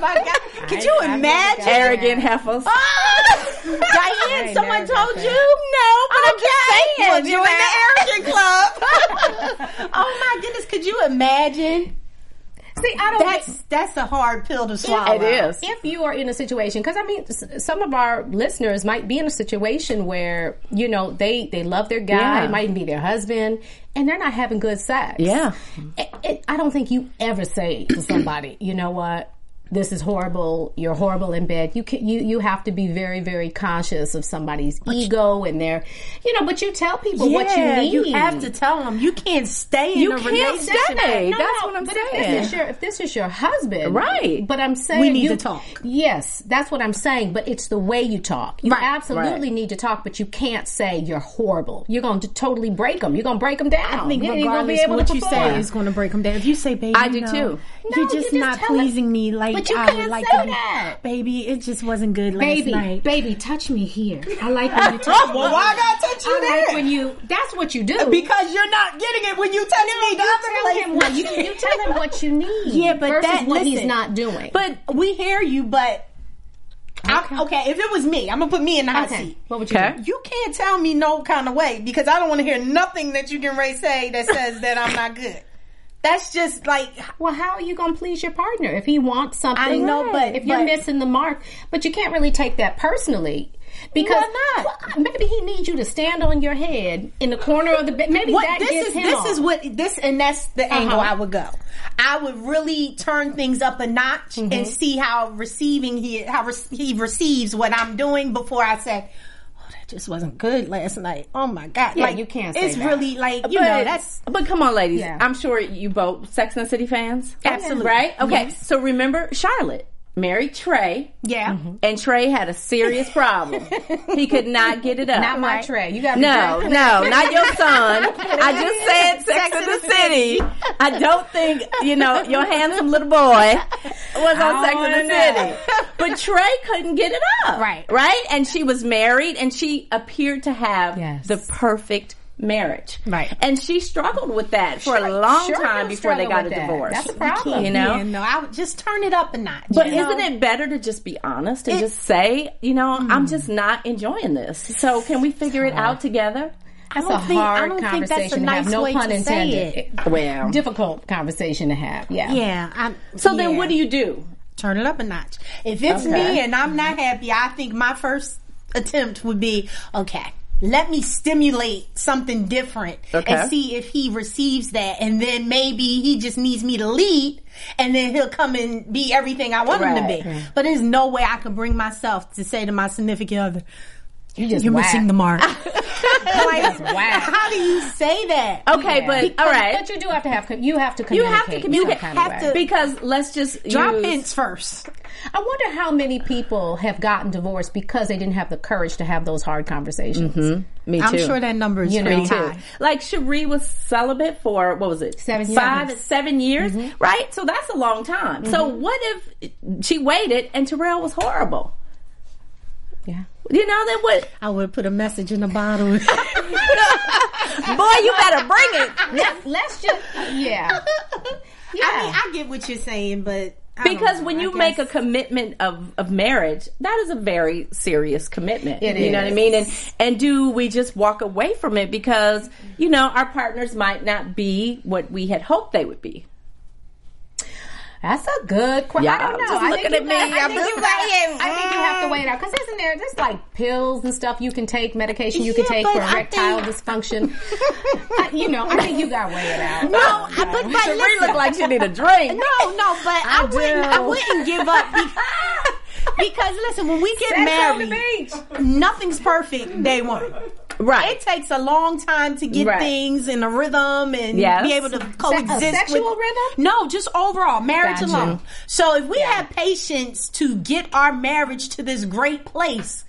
Speaker 5: my God! Could you imagine? Oh!
Speaker 4: Arrogant heifers.
Speaker 5: Diane,
Speaker 4: Someone
Speaker 6: never
Speaker 4: told you? No, but I'm just saying.
Speaker 5: Well, you in the arrogant club. oh my goodness! Could you imagine?
Speaker 6: See, I don't.
Speaker 5: That's that's a hard pill to swallow.
Speaker 4: It is.
Speaker 6: if you are in a situation because i mean s- some of our listeners might be in a situation where you know they they love their guy
Speaker 4: Yeah.
Speaker 6: it might be their husband and they're not having good sex
Speaker 4: Yeah.
Speaker 6: it, it, i don't think you ever say to somebody you know what this is horrible. You're horrible in bed. You can, you you have to be very very conscious of somebody's ego and their, you know. But you tell people what you
Speaker 5: Yeah,
Speaker 6: need.
Speaker 5: You have to tell them you can't stay in
Speaker 4: You
Speaker 5: a
Speaker 4: can't
Speaker 5: relationship.
Speaker 4: stay. That's what I'm
Speaker 6: but If
Speaker 4: saying.
Speaker 6: this, is your, if this is your husband,
Speaker 4: Right.
Speaker 6: But I'm saying
Speaker 5: We need
Speaker 6: you-
Speaker 5: to talk.
Speaker 6: Yes, that's what I'm saying. But it's the way you talk. You
Speaker 5: Right,
Speaker 6: absolutely
Speaker 4: right.
Speaker 6: need to talk, but you can't say you're horrible. You're going to totally break them. You're going to break them down.
Speaker 5: I think
Speaker 6: You're gonna
Speaker 5: regardless
Speaker 6: be able
Speaker 5: what
Speaker 6: to
Speaker 5: you
Speaker 6: perform.
Speaker 5: say is going to break them down. If you say, "Baby,"
Speaker 4: I do
Speaker 5: no,
Speaker 4: too.
Speaker 6: No,
Speaker 5: You're
Speaker 6: you
Speaker 5: just
Speaker 6: just
Speaker 5: not
Speaker 6: tell us-
Speaker 5: pleasing me like
Speaker 6: But you
Speaker 5: I would
Speaker 6: can't
Speaker 5: like
Speaker 6: say
Speaker 5: to be.
Speaker 6: that.
Speaker 5: Baby, it just wasn't good
Speaker 6: Baby,
Speaker 5: last night.
Speaker 6: baby, touch me here. I like when you touch me.
Speaker 5: Well, Oh, why I gotta touch you
Speaker 6: I like
Speaker 5: there?
Speaker 6: when you. That's what you do.
Speaker 5: Because you're not getting it when you tell me the other
Speaker 6: tell
Speaker 5: place.
Speaker 6: him what you, you tell him what you need.
Speaker 5: Yeah, but
Speaker 6: versus
Speaker 5: that-
Speaker 6: what he's
Speaker 5: listen.
Speaker 6: not doing.
Speaker 5: But we hear you, but I'm- okay. if it was me, I'm gonna put me in the hot
Speaker 6: okay,
Speaker 5: seat.
Speaker 6: what would you
Speaker 4: Okay.
Speaker 6: do?
Speaker 5: You can't tell me no kind of way because I don't want to hear nothing that you can Ray say that says that I'm not good. That's just like
Speaker 6: Well, how are you going to please your partner if he wants something?
Speaker 5: I know, but-
Speaker 6: if you're
Speaker 5: but-
Speaker 6: missing the mark, but you can't really take that personally because
Speaker 5: Why not?
Speaker 6: Well, maybe he needs you to stand on your head in the corner of the bed. Maybe that
Speaker 5: what this
Speaker 6: gets
Speaker 5: is.
Speaker 6: him.
Speaker 5: This
Speaker 6: off.
Speaker 5: is what this, and that's the angle I would go. I would really turn things up a notch and see how receiving he how re- he receives what I'm doing before I say. "Oh, that Just wasn't good last night. Oh my god!
Speaker 6: Yeah,
Speaker 5: like
Speaker 6: you can't say
Speaker 5: It's
Speaker 6: that.
Speaker 5: really like you
Speaker 4: but,
Speaker 5: know that's
Speaker 4: but come on, ladies.
Speaker 6: Yeah.
Speaker 4: I'm sure you both Sex and the City fans.
Speaker 5: Absolutely.
Speaker 4: Right? Okay. So remember Charlotte married Trey.
Speaker 5: yeah.
Speaker 4: And Trey had a serious problem. he could not get it up.
Speaker 6: not my tray. You got to
Speaker 4: No,
Speaker 6: be
Speaker 4: no,
Speaker 6: careful.
Speaker 4: not your son. I just said Sex in the City. I don't think, you know, your handsome little boy was on Sex in the City. But Trey couldn't get it up.
Speaker 6: Right.
Speaker 4: Right? And she was married and she appeared to have
Speaker 6: Yes.
Speaker 4: the perfect marriage.
Speaker 5: Right.
Speaker 4: And she struggled with that for a long
Speaker 6: sure
Speaker 4: time
Speaker 6: you
Speaker 4: before they
Speaker 6: struggle
Speaker 4: got a
Speaker 6: with that.
Speaker 4: divorce.
Speaker 6: That's a problem.
Speaker 4: You know?
Speaker 5: Yeah, no, I would just turn it up a notch.
Speaker 4: But
Speaker 5: you know?
Speaker 4: isn't it better to just be honest and just say, you know, I'm just not enjoying this. So can we figure it out together?
Speaker 6: That's
Speaker 5: I
Speaker 6: a
Speaker 5: don't think- I
Speaker 6: hard
Speaker 5: don't think that's a
Speaker 6: conversation to have.
Speaker 5: nice
Speaker 6: No
Speaker 5: way
Speaker 6: pun
Speaker 5: to say
Speaker 6: intended.
Speaker 4: Well,
Speaker 6: Difficult conversation to have. Yeah.
Speaker 5: Yeah. I'm,
Speaker 4: so then
Speaker 5: yeah.
Speaker 4: what do you do?
Speaker 5: turn it up a notch. If it's me
Speaker 4: Okay.
Speaker 5: and I'm not happy, I think my first attempt would be okay. Let me stimulate something different
Speaker 8: Okay.
Speaker 5: and see if he receives that, and then maybe he just needs me to lead, and then he'll come and be everything I want him to
Speaker 6: Right.
Speaker 5: be. But there's no way I could bring myself to say to my significant other,
Speaker 6: You just
Speaker 5: "You're
Speaker 6: whack.
Speaker 5: missing the mark." like,
Speaker 6: whack.
Speaker 5: how do you say that?
Speaker 4: Okay, but all right.
Speaker 6: But you do have to have com- you have to
Speaker 4: You
Speaker 6: communicate.
Speaker 4: have to communicate.
Speaker 6: some kind of
Speaker 5: have
Speaker 6: way.
Speaker 5: to-
Speaker 4: because let's just
Speaker 5: Drop
Speaker 4: use-
Speaker 5: hints first.
Speaker 6: I wonder how many people have gotten divorced because they didn't have the courage to have those hard conversations.
Speaker 4: Mm-hmm. Me
Speaker 5: I'm
Speaker 4: too.
Speaker 5: sure that number is
Speaker 6: You know.
Speaker 5: pretty
Speaker 6: Me too.
Speaker 5: high.
Speaker 4: Like Cherie was celibate for what was it?
Speaker 6: Seven years.
Speaker 4: Five, seven years, right? So that's a long time. So what if she waited and Terrell was horrible?
Speaker 6: Yeah.
Speaker 4: You know, then what?
Speaker 5: I would put a message in the bottle.
Speaker 4: Boy, you better bring it
Speaker 6: Let's, let's just yeah.
Speaker 5: I mean, I get what you're saying, but I don't
Speaker 4: because
Speaker 5: know,
Speaker 4: when
Speaker 5: I
Speaker 4: you
Speaker 5: guess-
Speaker 4: make a commitment of, of marriage, that is a very serious commitment.
Speaker 6: It
Speaker 4: you know what I
Speaker 6: is.
Speaker 4: mean? And and do we just walk away from it because you know our partners might not be what we had hoped they would be?
Speaker 6: That's a good question. I
Speaker 4: Y'all
Speaker 6: don't know.
Speaker 4: just
Speaker 6: I
Speaker 4: looking
Speaker 6: think you
Speaker 4: at me.
Speaker 6: got- I
Speaker 4: I'm
Speaker 6: think, you
Speaker 4: just
Speaker 6: gotta-
Speaker 5: like,
Speaker 6: I think you have to wait out because isn't there? There's like pills and stuff you can take, medication you can
Speaker 5: Yeah,
Speaker 6: take
Speaker 5: but
Speaker 6: for
Speaker 5: I
Speaker 6: erectile
Speaker 5: think-
Speaker 6: dysfunction. I- you know, I think you got to weigh it out.
Speaker 5: No, I, but, but
Speaker 4: Cherie
Speaker 5: listen,
Speaker 4: looked like she need a drink.
Speaker 5: no, no, but Mm. I,
Speaker 6: I
Speaker 5: wouldn't. I
Speaker 6: do.
Speaker 5: wouldn't give up be- because listen, when we get
Speaker 6: Oh, That's on the
Speaker 5: married,
Speaker 6: beach.
Speaker 5: nothing's perfect day one.
Speaker 4: right?
Speaker 5: It takes a long time to get
Speaker 4: Right.
Speaker 5: things in a rhythm and
Speaker 4: Yes.
Speaker 5: be able to coexist.
Speaker 6: sexual
Speaker 5: with-
Speaker 6: rhythm?
Speaker 5: No, just overall marriage
Speaker 6: Gotcha.
Speaker 5: alone. So if we have patience to get our marriage to this great place.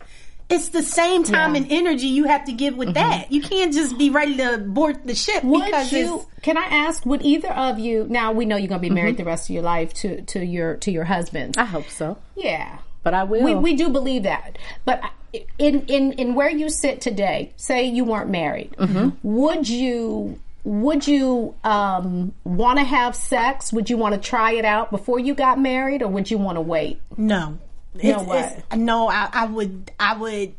Speaker 5: It's the same time and energy you have to give with that. You can't just be ready to board the ship
Speaker 6: Mm-hmm. Would
Speaker 5: because it's
Speaker 6: you? Can I ask? Would either of you? Now we know you're going to be married the rest of your life to to your to your husband.
Speaker 4: Mm-hmm. I hope so,
Speaker 6: yeah,
Speaker 4: but I will.
Speaker 6: we we do believe that. But I- in in in where you sit today, say you weren't married,
Speaker 4: Mm-hmm.
Speaker 6: would you? Would you um, want to have sex? Would you want to try it out before you got married, or would you want to wait?
Speaker 5: No. It's- it's- no, I, I would I would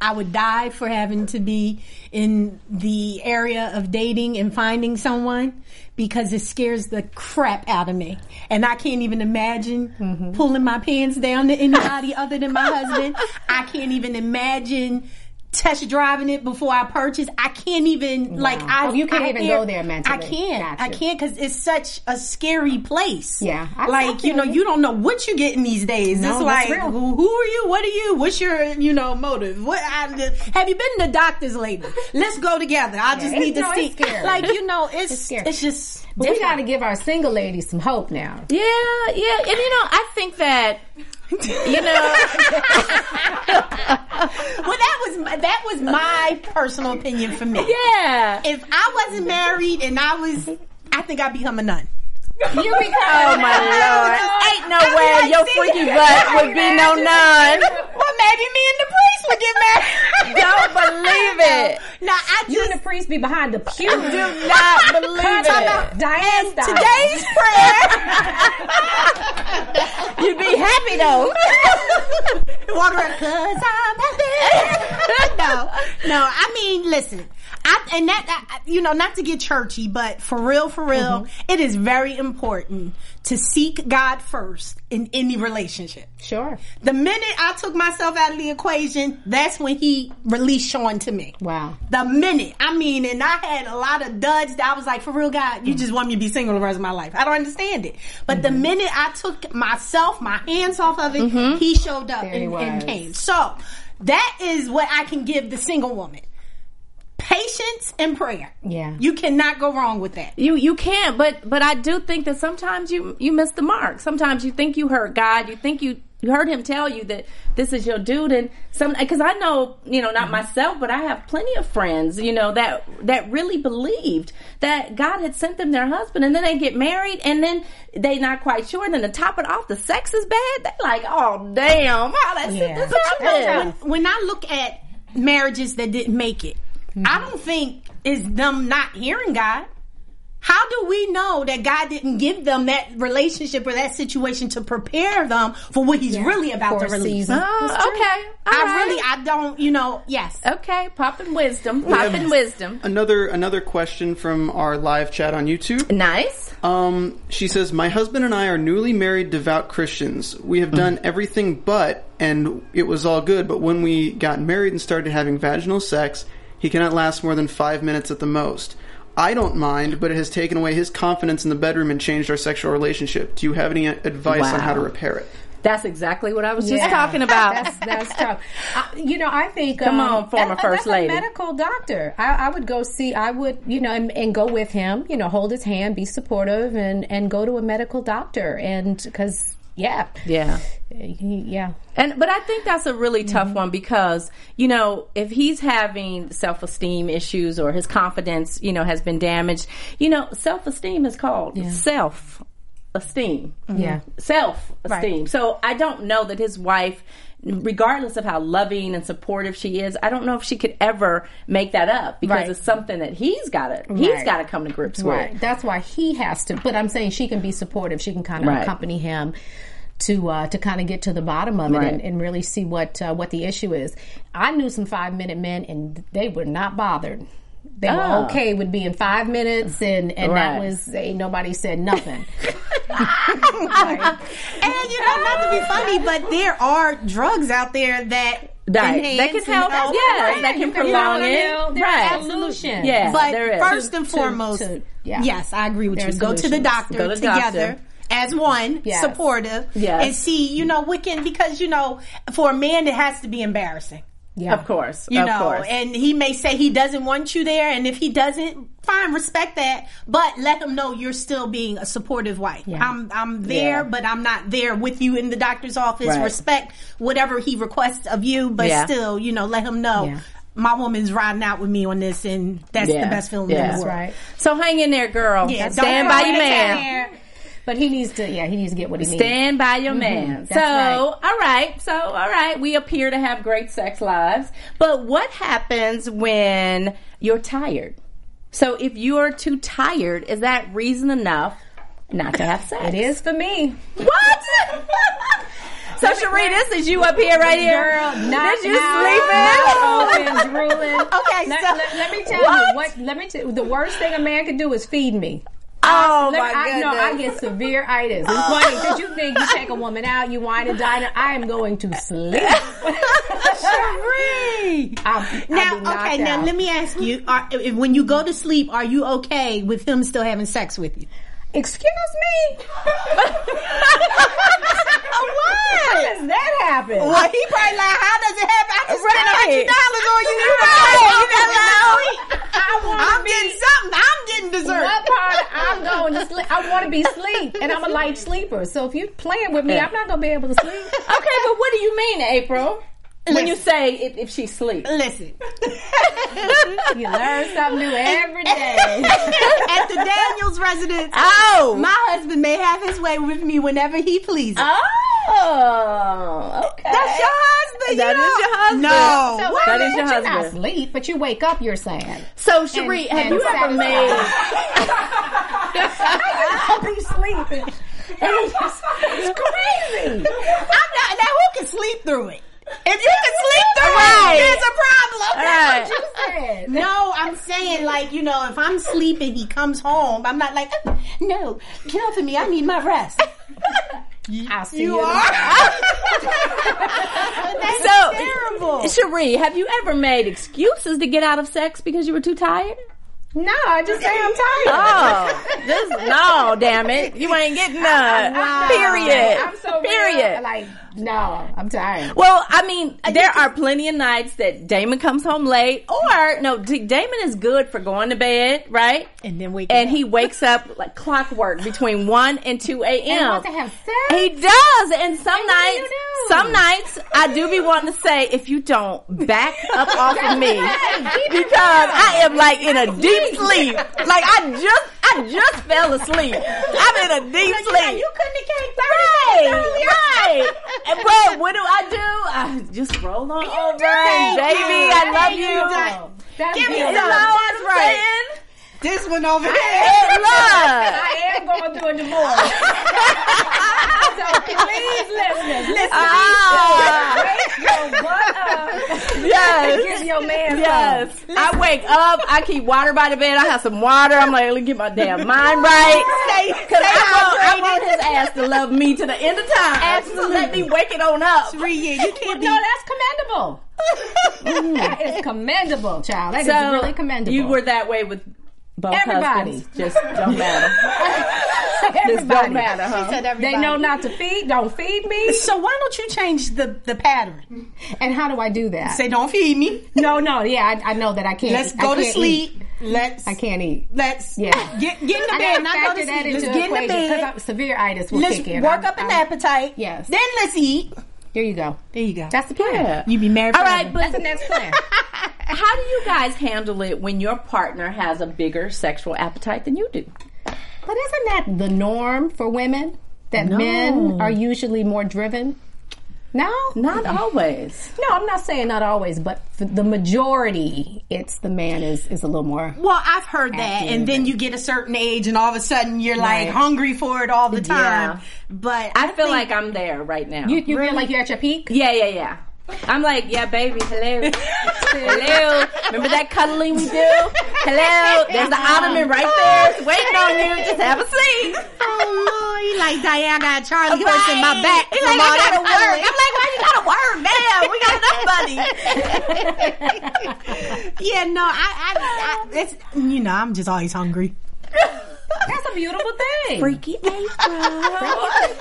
Speaker 5: I would die for having to be in the area of dating and finding someone because it scares the crap out of me. And I can't even imagine
Speaker 6: Mm-hmm.
Speaker 5: pulling my pants down to anybody other than my husband. I can't even imagine test driving it before I purchase. I can't even like I
Speaker 6: Oh, you can't
Speaker 5: I
Speaker 6: even
Speaker 5: can't-
Speaker 6: go there mentally.
Speaker 5: I can't. I
Speaker 6: Gotcha.
Speaker 5: can't because it's such a scary place.
Speaker 6: Yeah. I- I
Speaker 5: like you
Speaker 6: feel
Speaker 5: know
Speaker 6: you.
Speaker 5: you don't know what you're getting these days.
Speaker 6: No,
Speaker 5: it's
Speaker 6: that's
Speaker 5: like
Speaker 6: real.
Speaker 5: who, who are you? What are you? What's your you know motive? What I, have you been to the doctors lately? Let's go together. I just
Speaker 6: it's-
Speaker 5: need to
Speaker 6: no,
Speaker 5: see.
Speaker 6: it's scary.
Speaker 5: Like you know, it's it's,
Speaker 6: scary.
Speaker 5: just
Speaker 6: But we got to give our single ladies some hope now.
Speaker 4: Yeah, yeah, and you know, I think that you know,
Speaker 5: well that was my, that was my personal opinion for me.
Speaker 4: yeah.
Speaker 5: If I wasn't married and I was, I think I'd become a nun.
Speaker 6: You become
Speaker 4: Oh my lord! Ain't no way your freaky butt would be no nun.
Speaker 5: Well, maybe me and the priest would get married.
Speaker 4: Don't believe it.
Speaker 5: Now I
Speaker 6: You and
Speaker 5: just
Speaker 6: the priest be behind the pew.
Speaker 4: Do not believe it.
Speaker 6: Diane style.
Speaker 5: today's prayer.
Speaker 4: You'd be happy though.
Speaker 5: Walk around, cause I'm happy. no, no. I mean, listen. I, and that, I- I- you know, not to get churchy, but for real, for real,
Speaker 4: Mm-hmm.
Speaker 5: it is very important to seek God first in any relationship.
Speaker 6: Sure.
Speaker 5: The minute I took myself out of the equation, that's when he released Sean to me.
Speaker 6: Wow.
Speaker 5: The minute, I mean, and I had a lot of duds that I was like, for real, God, you just want me to be single the rest of my life. I don't understand it. But the minute I took myself, my hands off of it, he showed up
Speaker 6: Mm-hmm. There he
Speaker 5: and,
Speaker 6: was.
Speaker 5: and came. So that is what I can give the single woman. Patience and prayer.
Speaker 6: Yeah.
Speaker 5: You cannot go wrong with that.
Speaker 4: You you can't, but but I do think that sometimes you you miss the mark. Sometimes you think you heard God. You think you. You heard him tell you that this is your dude, and some because I know you know
Speaker 6: Mm-hmm.
Speaker 4: not myself, but I have plenty of friends you know that that really believed that God had sent them their husband, and then they get married, and then they not quite sure, and then to top it off, the sex is bad. They like, oh damn, how that
Speaker 6: Yeah.
Speaker 4: this
Speaker 6: But you know
Speaker 4: happened.
Speaker 5: when, when I look at
Speaker 4: Mm-hmm.
Speaker 5: marriages that didn't make it, I don't think it's them not hearing God. How do we know that God didn't give them that relationship or that situation to prepare them for what He's really about
Speaker 6: for
Speaker 5: to
Speaker 6: a
Speaker 5: release?
Speaker 6: season.
Speaker 4: Oh, okay. All
Speaker 5: I
Speaker 4: right.
Speaker 5: really, I don't, you know, yes.
Speaker 4: Okay, popping wisdom, popping wisdom.
Speaker 8: Another another question from our live chat on YouTube.
Speaker 4: Nice.
Speaker 8: Um, she says, "My husband and I are newly married, devout Christians. We have
Speaker 4: Mm-hmm.
Speaker 8: done everything but, and it was all good. But when we got married and started having vaginal sex, he cannot last more than five minutes at the most. I don't mind, but it has taken away his confidence in the bedroom and changed our sexual relationship. Do you have any advice on how to
Speaker 4: Wow.
Speaker 8: repair it?
Speaker 4: That's exactly what I was
Speaker 6: Yeah.
Speaker 4: just talking about.
Speaker 6: That's that's tough. I, you know, I think
Speaker 4: Come
Speaker 6: um,
Speaker 4: on, former
Speaker 6: that-
Speaker 4: first
Speaker 6: that's
Speaker 4: lady.
Speaker 6: a medical doctor. I, I would go see. I would, you know, and, and go with him. You know, hold his hand, be supportive, and and go to a medical doctor. And because yeah,
Speaker 4: yeah.
Speaker 6: He- yeah.
Speaker 4: And but I think that's a really
Speaker 6: Mm-hmm.
Speaker 4: tough one because you know if he's having self esteem issues or his confidence you know has been damaged, you know self esteem is called self esteem.
Speaker 6: Mm-hmm. Yeah.
Speaker 4: self esteem. So I don't know that his wife, regardless of how loving and supportive she is, I don't know if she could ever make that up because
Speaker 6: Right.
Speaker 4: it's something that he's got to he's
Speaker 6: Right.
Speaker 4: got to come to grips
Speaker 6: Right.
Speaker 4: with.
Speaker 6: That's why he has to. But I'm saying she can be supportive. She can kind of
Speaker 4: Right.
Speaker 6: accompany him to uh, to kind of get to the bottom of it
Speaker 4: Right.
Speaker 6: and, and really see what uh, what the issue is. I knew some five minute men, and they were not bothered. They
Speaker 4: Oh.
Speaker 6: were okay with being five minutes, and and
Speaker 4: Right.
Speaker 6: that was ain't nobody said nothing.
Speaker 5: And you know, not to be funny, but there are drugs out there that
Speaker 4: Right.
Speaker 5: enhance
Speaker 4: uh, That can
Speaker 5: and
Speaker 4: help. Yes, that can
Speaker 6: You know what
Speaker 4: prolong
Speaker 6: I
Speaker 4: it.
Speaker 6: mean? There's
Speaker 4: Right.
Speaker 6: Absolution.
Speaker 4: Yeah.
Speaker 5: But
Speaker 4: there is.
Speaker 5: first and
Speaker 6: To-
Speaker 5: foremost,
Speaker 6: to- yeah.
Speaker 5: yes, I agree with
Speaker 6: There are
Speaker 5: you. Go to the
Speaker 6: solutions.
Speaker 5: doctor
Speaker 4: Go to the doctor.
Speaker 5: together. As one,
Speaker 6: Yes.
Speaker 5: supportive,
Speaker 4: Yes.
Speaker 5: and see, you know, we can, because, you know, for a man, it has to be embarrassing.
Speaker 6: Yeah.
Speaker 4: Of course,
Speaker 5: you
Speaker 4: of
Speaker 5: know,
Speaker 4: course.
Speaker 5: and he may say he doesn't want you there, and if he doesn't, fine, respect that, but let him know you're still being a supportive wife. I'm I'm there,
Speaker 4: Yeah.
Speaker 5: but I'm not there with you in the doctor's office.
Speaker 4: Right.
Speaker 5: Respect whatever he requests of you, but
Speaker 4: Yeah.
Speaker 5: still, you know, let him know.
Speaker 6: Yeah.
Speaker 5: My woman's riding out with me on this, and that's
Speaker 4: Yeah.
Speaker 5: the best feeling
Speaker 4: Yeah.
Speaker 5: in the
Speaker 4: That's
Speaker 5: world.
Speaker 6: Right.
Speaker 4: so hang in there, girl.
Speaker 5: Yeah, don't
Speaker 4: Stand
Speaker 5: throw
Speaker 4: by
Speaker 5: it
Speaker 4: your
Speaker 5: in the
Speaker 4: man.
Speaker 5: towel.
Speaker 6: But he needs to. Yeah. He needs to get what he needs.
Speaker 4: Stand by your man. So,
Speaker 6: Mm-hmm. that's right.
Speaker 4: all right. So, all right. We appear to have great sex lives. But what happens when you're tired? So, if you are too tired, is that reason enough not to have sex?
Speaker 6: It is for me.
Speaker 4: What? so, Sheree, this is you up here right here.
Speaker 6: Girl, not
Speaker 4: Did you
Speaker 6: out,
Speaker 4: sleep in?
Speaker 6: not open, drooling.
Speaker 4: Okay,
Speaker 6: let,
Speaker 4: so-
Speaker 6: let, let me tell
Speaker 4: What?
Speaker 6: you what. Let me tell the worst thing a man can do is feed me.
Speaker 4: Oh,
Speaker 6: Let
Speaker 4: my
Speaker 6: me- I,
Speaker 4: goodness.
Speaker 6: no, I get severe itis. It's
Speaker 5: Oh.
Speaker 6: funny because you think you take a woman out, you wine and dine her. I am going to sleep.
Speaker 5: Sheree! Now,
Speaker 6: I'll, I'll be knocked
Speaker 5: okay, now
Speaker 6: out.
Speaker 5: let me ask you: are, if- when you go to sleep, are you okay with him still having sex with you?
Speaker 6: Excuse me. How does that happen?
Speaker 5: Well, he probably like, how does it happen? I just spent a hundred
Speaker 4: Right.
Speaker 5: dollars on you. You
Speaker 4: Right.
Speaker 5: know, you got
Speaker 4: I
Speaker 5: last
Speaker 4: wanna
Speaker 5: week. I'm getting something. I'm getting dessert.
Speaker 6: What part? I'm going to sleep. I want to be sleep, and I'm a light sleeper. So if you're playing with me, I'm not going to be able to sleep.
Speaker 4: Okay, but what do you mean, April? When you say if, if she sleeps.
Speaker 5: Listen,
Speaker 6: You learn something new every day.
Speaker 5: at the Daniels residence,
Speaker 4: Oh!
Speaker 5: my husband may have his way with me whenever he pleases.
Speaker 4: Oh, okay.
Speaker 5: That's your husband.
Speaker 4: That
Speaker 5: you
Speaker 4: is
Speaker 5: know?
Speaker 4: your husband.
Speaker 5: No.
Speaker 6: So
Speaker 4: That
Speaker 6: wait
Speaker 4: is
Speaker 6: a
Speaker 4: your
Speaker 6: minute, you're not
Speaker 4: husband.
Speaker 6: asleep, but you wake up. You're saying.
Speaker 4: So, Sheree,
Speaker 6: And-
Speaker 4: have you
Speaker 6: and
Speaker 4: ever made?
Speaker 6: satisfied. I'll be sleeping. it's crazy.
Speaker 5: I'm not. Now, who can sleep through it? If you can sleep through
Speaker 4: Right.
Speaker 5: it, there's a problem.
Speaker 4: Right.
Speaker 6: You said.
Speaker 5: No, I'm saying like you know, if I'm sleeping, he comes home. I'm not like, "Oh, no, get off of me. I need my rest.
Speaker 6: I'll see
Speaker 5: You
Speaker 6: in the-
Speaker 5: are. That's
Speaker 4: So,
Speaker 5: terrible.
Speaker 4: Sheree, have you ever made excuses to get out of sex because you were too tired?
Speaker 6: No, I just say I'm tired.
Speaker 4: Oh, this no, damn it, you ain't getting none. Period.
Speaker 6: I'm so
Speaker 4: period.
Speaker 6: Real. Like, no, I'm tired.
Speaker 4: Well, I mean, there are plenty of nights that Damon comes home late, or no, D- Damon is good for going to bed, right?
Speaker 5: And then waking
Speaker 4: and
Speaker 5: up.
Speaker 4: he wakes up like clockwork between one and two a.m.
Speaker 6: And wants to have sex.
Speaker 4: He does, and some
Speaker 6: what do you
Speaker 4: nights,
Speaker 6: do?
Speaker 4: some nights I do be wanting to say, if you don't back up off of me, because I am like in a deep sleep. Like I just, I just fell asleep. I'm in a deep sleep.
Speaker 5: you couldn't have came
Speaker 4: Right,
Speaker 5: thirty minutes earlier.
Speaker 4: right. And- But what do I do? I just roll on over, and
Speaker 5: that.
Speaker 4: baby. I love
Speaker 5: Thank
Speaker 4: you.
Speaker 5: you.
Speaker 4: you.
Speaker 6: That's
Speaker 5: Give me
Speaker 6: it.
Speaker 4: know
Speaker 5: some.
Speaker 4: what I'm
Speaker 5: That's right.
Speaker 4: saying?
Speaker 5: This one over here.
Speaker 4: Look.
Speaker 6: I am going through a divorce. so please, listeners, listen.
Speaker 4: Ah.
Speaker 6: Wake your butt up.
Speaker 4: Yes.
Speaker 6: uh, Give your man love.
Speaker 4: Yes. I wake up, I keep water by the bed, I have some water, I'm like, let me get my damn mind right. Because I, want- I want his ass to love me to the end of time. Absolutely. Let me wake it on up.
Speaker 5: you can't
Speaker 6: No, that's commendable. that is commendable, child. That is really commendable.
Speaker 4: You were that way with both
Speaker 6: Everybody.
Speaker 4: husbands. Just don't matter. Just
Speaker 6: everybody.
Speaker 4: don't matter, huh?
Speaker 6: They know not to feed. Don't feed me.
Speaker 5: So why don't you change the, the pattern?
Speaker 6: And how do I do that?
Speaker 5: Say don't feed me.
Speaker 6: no, no. Yeah, I, I know that I can't.
Speaker 5: Let's
Speaker 6: I
Speaker 5: go to
Speaker 6: can't
Speaker 5: sleep.
Speaker 6: eat.
Speaker 5: Let's
Speaker 6: I can't eat.
Speaker 5: let's
Speaker 6: Yeah.
Speaker 5: get get in the
Speaker 6: I
Speaker 5: bed.
Speaker 6: gotta
Speaker 5: Not go
Speaker 6: factor
Speaker 5: to
Speaker 6: that
Speaker 5: sleep. Let's
Speaker 6: into the
Speaker 5: get in the
Speaker 6: equation
Speaker 5: bed.
Speaker 6: because severe itis will
Speaker 5: Let's
Speaker 6: kick in.
Speaker 5: work
Speaker 6: I'm-
Speaker 5: up an
Speaker 6: I'm-
Speaker 5: appetite.
Speaker 6: Yes.
Speaker 5: Then let's eat.
Speaker 6: There you go.
Speaker 5: There you go.
Speaker 6: That's the plan.
Speaker 4: Yeah.
Speaker 5: you be married.
Speaker 4: All right,
Speaker 6: That's
Speaker 4: but
Speaker 6: the next plan.
Speaker 4: how do you guys handle it when your partner has a bigger sexual appetite than you do?
Speaker 6: But isn't that the norm for women? That men are usually more driven? No?
Speaker 4: Not always.
Speaker 6: No, I'm not saying not always, but for the majority, it's the man is, is a little more.
Speaker 5: Well, I've heard that, and then you get a certain age, and all of a sudden you're like hungry for it all the time.
Speaker 4: Yeah.
Speaker 5: But
Speaker 4: I feel like
Speaker 5: think-
Speaker 4: I'm there right now.
Speaker 6: You, you feel like you're at your peak?
Speaker 4: Yeah, yeah, yeah. I'm like, yeah, baby, hello. hello. Remember that cuddling we do? Hello. There's the ottoman right there. It's waiting on you. Just have a seat.
Speaker 5: oh Lord, you like Diane got Charlie
Speaker 4: Right.
Speaker 5: horse in my back.
Speaker 4: He like, I
Speaker 5: from all
Speaker 4: gotta work.
Speaker 5: that
Speaker 4: I'm like, why you gotta work, man? We got enough money.
Speaker 5: work. Yeah, no, I, I, I it's, you know, I'm just always hungry.
Speaker 6: That's a beautiful thing.
Speaker 4: Freaky April.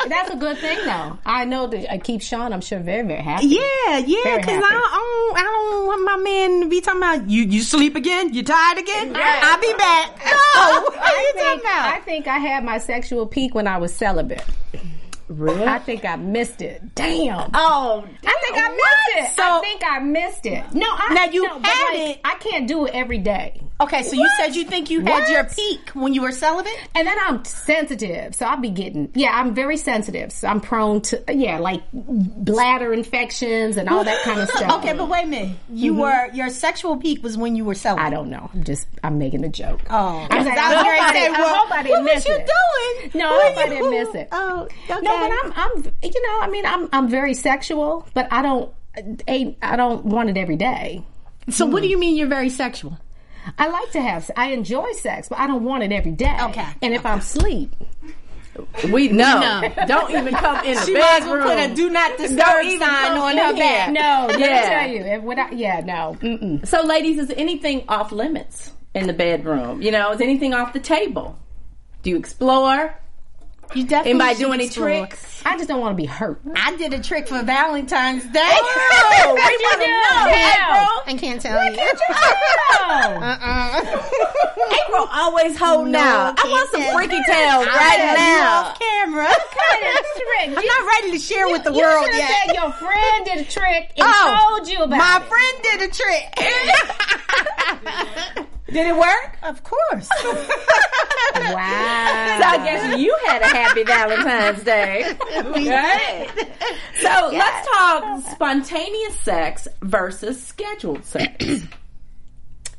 Speaker 6: That's a good thing, though. I know that I keep Sean, I'm sure, very, very happy.
Speaker 5: Yeah, yeah,
Speaker 6: Very
Speaker 5: because I,
Speaker 6: happy.
Speaker 5: don't, I don't want my man to be talking about you. You sleep again? You tired again? I'll be back. No, what are you
Speaker 6: I
Speaker 5: talking
Speaker 6: think,
Speaker 5: about?
Speaker 6: I think I had my sexual peak when I was celibate.
Speaker 4: Really?
Speaker 6: I think I missed it. Damn.
Speaker 4: Oh,
Speaker 6: I think I missed it. I think I missed it. No, I
Speaker 5: Now you
Speaker 6: no, but
Speaker 5: had
Speaker 6: like,
Speaker 5: it.
Speaker 6: I can't do it every day.
Speaker 5: okay, so you said you think you had your peak when you were celibate.
Speaker 6: And then I'm sensitive, so I'll be getting. Yeah, I'm very sensitive. So I'm prone to yeah, like bladder infections and all that kind of stuff.
Speaker 5: Okay, but wait a minute. You were your sexual peak was when you were celibate.
Speaker 6: Mm-hmm. I don't know. I'm just I'm making a joke.
Speaker 5: Oh,
Speaker 6: I was like, I,
Speaker 5: was
Speaker 6: hope
Speaker 5: gonna
Speaker 6: I,
Speaker 5: say,
Speaker 6: didn't- I
Speaker 5: well,
Speaker 6: hope I didn't
Speaker 5: what
Speaker 6: miss
Speaker 5: was
Speaker 6: it.
Speaker 5: you doing?
Speaker 6: No, I
Speaker 5: What
Speaker 6: hope
Speaker 5: were
Speaker 6: I
Speaker 5: you-
Speaker 6: didn't miss it.
Speaker 5: Oh, okay.
Speaker 6: No, but I'm I'm you know I mean I'm I'm very sexual, but I don't ain't I don't want it every day.
Speaker 5: So, what do you mean you're very sexual?
Speaker 6: I like to have I enjoy sex, but I don't want it every day.
Speaker 5: Okay.
Speaker 6: And if I'm asleep,
Speaker 4: we know. Don't even come in the
Speaker 5: She might as
Speaker 4: bedroom.
Speaker 5: well put a do not disturb
Speaker 4: even
Speaker 5: sign
Speaker 4: come
Speaker 5: on
Speaker 4: in
Speaker 5: her
Speaker 4: here.
Speaker 5: back.
Speaker 6: no, let
Speaker 4: Yeah.
Speaker 6: me tell you, if when I, yeah, no, mm-mm.
Speaker 4: So, ladies, is anything off limits in the bedroom? You know, is anything off the table? Do you explore?
Speaker 5: You definitely
Speaker 4: Anybody
Speaker 5: should
Speaker 4: do any
Speaker 5: explore.
Speaker 4: tricks?
Speaker 6: I just don't want to be hurt.
Speaker 5: I did a trick for Valentine's Day.
Speaker 4: Oh, we
Speaker 5: What you
Speaker 4: wanna
Speaker 5: do?
Speaker 4: know,
Speaker 5: Yeah. I can't tell you.
Speaker 4: Uh-uh. April always holding
Speaker 5: No,
Speaker 4: out. I want some
Speaker 5: can't.
Speaker 4: freaky tales
Speaker 5: I
Speaker 4: right
Speaker 5: have you
Speaker 4: now.
Speaker 5: off camera. I'm not ready to share with the world
Speaker 6: you should
Speaker 5: yet.
Speaker 6: have said your friend did a trick and
Speaker 5: Oh,
Speaker 6: told you about
Speaker 5: My
Speaker 6: it.
Speaker 5: friend did a trick. did it work? Of course.
Speaker 6: Wow.
Speaker 4: So I guess you had a happy Valentine's Day. Right? So let's talk spontaneous sex versus scheduled sex.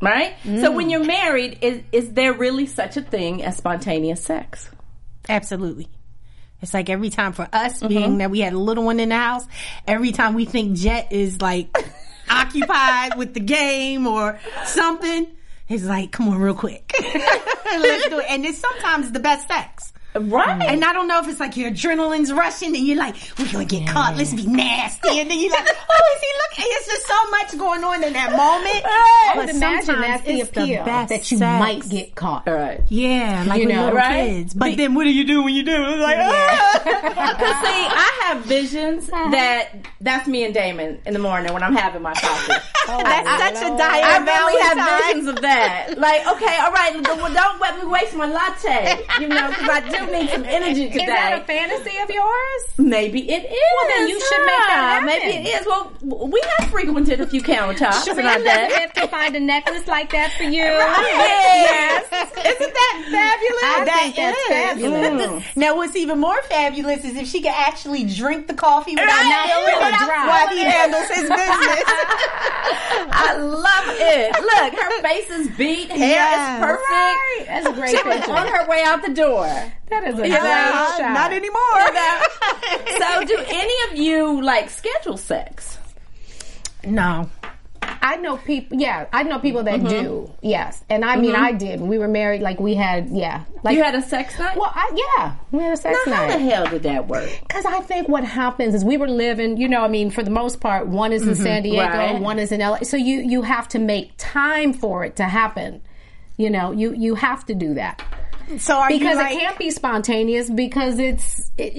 Speaker 4: Right? So when you're married, is, is there really such a thing as spontaneous sex?
Speaker 5: Absolutely. It's like every time for us,
Speaker 6: Mm-hmm.
Speaker 5: being that we had a little one in the house, every time we think Jet is like occupied with the game or something, it's like, come on, real quick. Let's do it. And it's sometimes the best sex.
Speaker 4: Right.
Speaker 5: And I don't know if it's like your adrenaline's rushing and you're like, we're going to get caught. Let's be nasty. And then you're like, oh, is he looking? It's just so much going on in that moment.
Speaker 6: I would imagine that's the appeal that you might get caught.
Speaker 4: All right.
Speaker 5: Yeah, like you
Speaker 6: know,
Speaker 5: little
Speaker 4: right?
Speaker 5: kids. But then what do you do when you do? It's like,
Speaker 4: Because see, I have visions that that's me and Damon in the morning when I'm having my coffee.
Speaker 5: that's such a diet.
Speaker 4: Oh, I really have visions of that. Like, okay, all right, don't, don't let me waste my latte, you know, because I do. still need some energy today.
Speaker 6: Is that a fantasy of yours?
Speaker 4: Maybe it is.
Speaker 6: Well, then you should make that
Speaker 4: huh?
Speaker 6: happen.
Speaker 4: Maybe it is. Well, w- we have frequented a few countertops.
Speaker 6: Shereen
Speaker 4: and all
Speaker 6: doesn't
Speaker 4: that.
Speaker 6: have to find a necklace like that for you.
Speaker 4: Yes.
Speaker 5: "Ah, Isn't that fabulous?
Speaker 6: I
Speaker 5: That
Speaker 6: think that's
Speaker 5: is.
Speaker 6: fabulous.
Speaker 5: Now, what's even more fabulous is if she could actually drink the coffee without
Speaker 4: Right.
Speaker 5: not feeling
Speaker 4: Without
Speaker 5: dry while he handles his business.
Speaker 4: I love it. Look, her face is beat. Hair
Speaker 5: Yes.
Speaker 4: is perfect.
Speaker 6: That's a great
Speaker 4: She was
Speaker 6: picture.
Speaker 4: on her way out the door.
Speaker 6: That is a
Speaker 4: Yeah,
Speaker 6: great shot.
Speaker 5: not anymore.
Speaker 4: So, do any of you like schedule sex?
Speaker 5: No.
Speaker 6: I know people. Yeah, I know people that do. Yes, and I mean, I did. We were married. Like we Mm-hmm. had. Yeah, like
Speaker 4: You had a sex night.
Speaker 6: Well, I, yeah, we had a sex
Speaker 4: now, how the
Speaker 6: night.
Speaker 4: hell did that work?
Speaker 6: Because I think what happens is we were living, you know, I mean, for the most part, one is in San Diego,
Speaker 4: Right.
Speaker 6: one is in LA. So you you have to make time for it to happen. You know, you you have to do that
Speaker 5: So are you
Speaker 6: because
Speaker 5: like,
Speaker 6: it can't be spontaneous because it's it,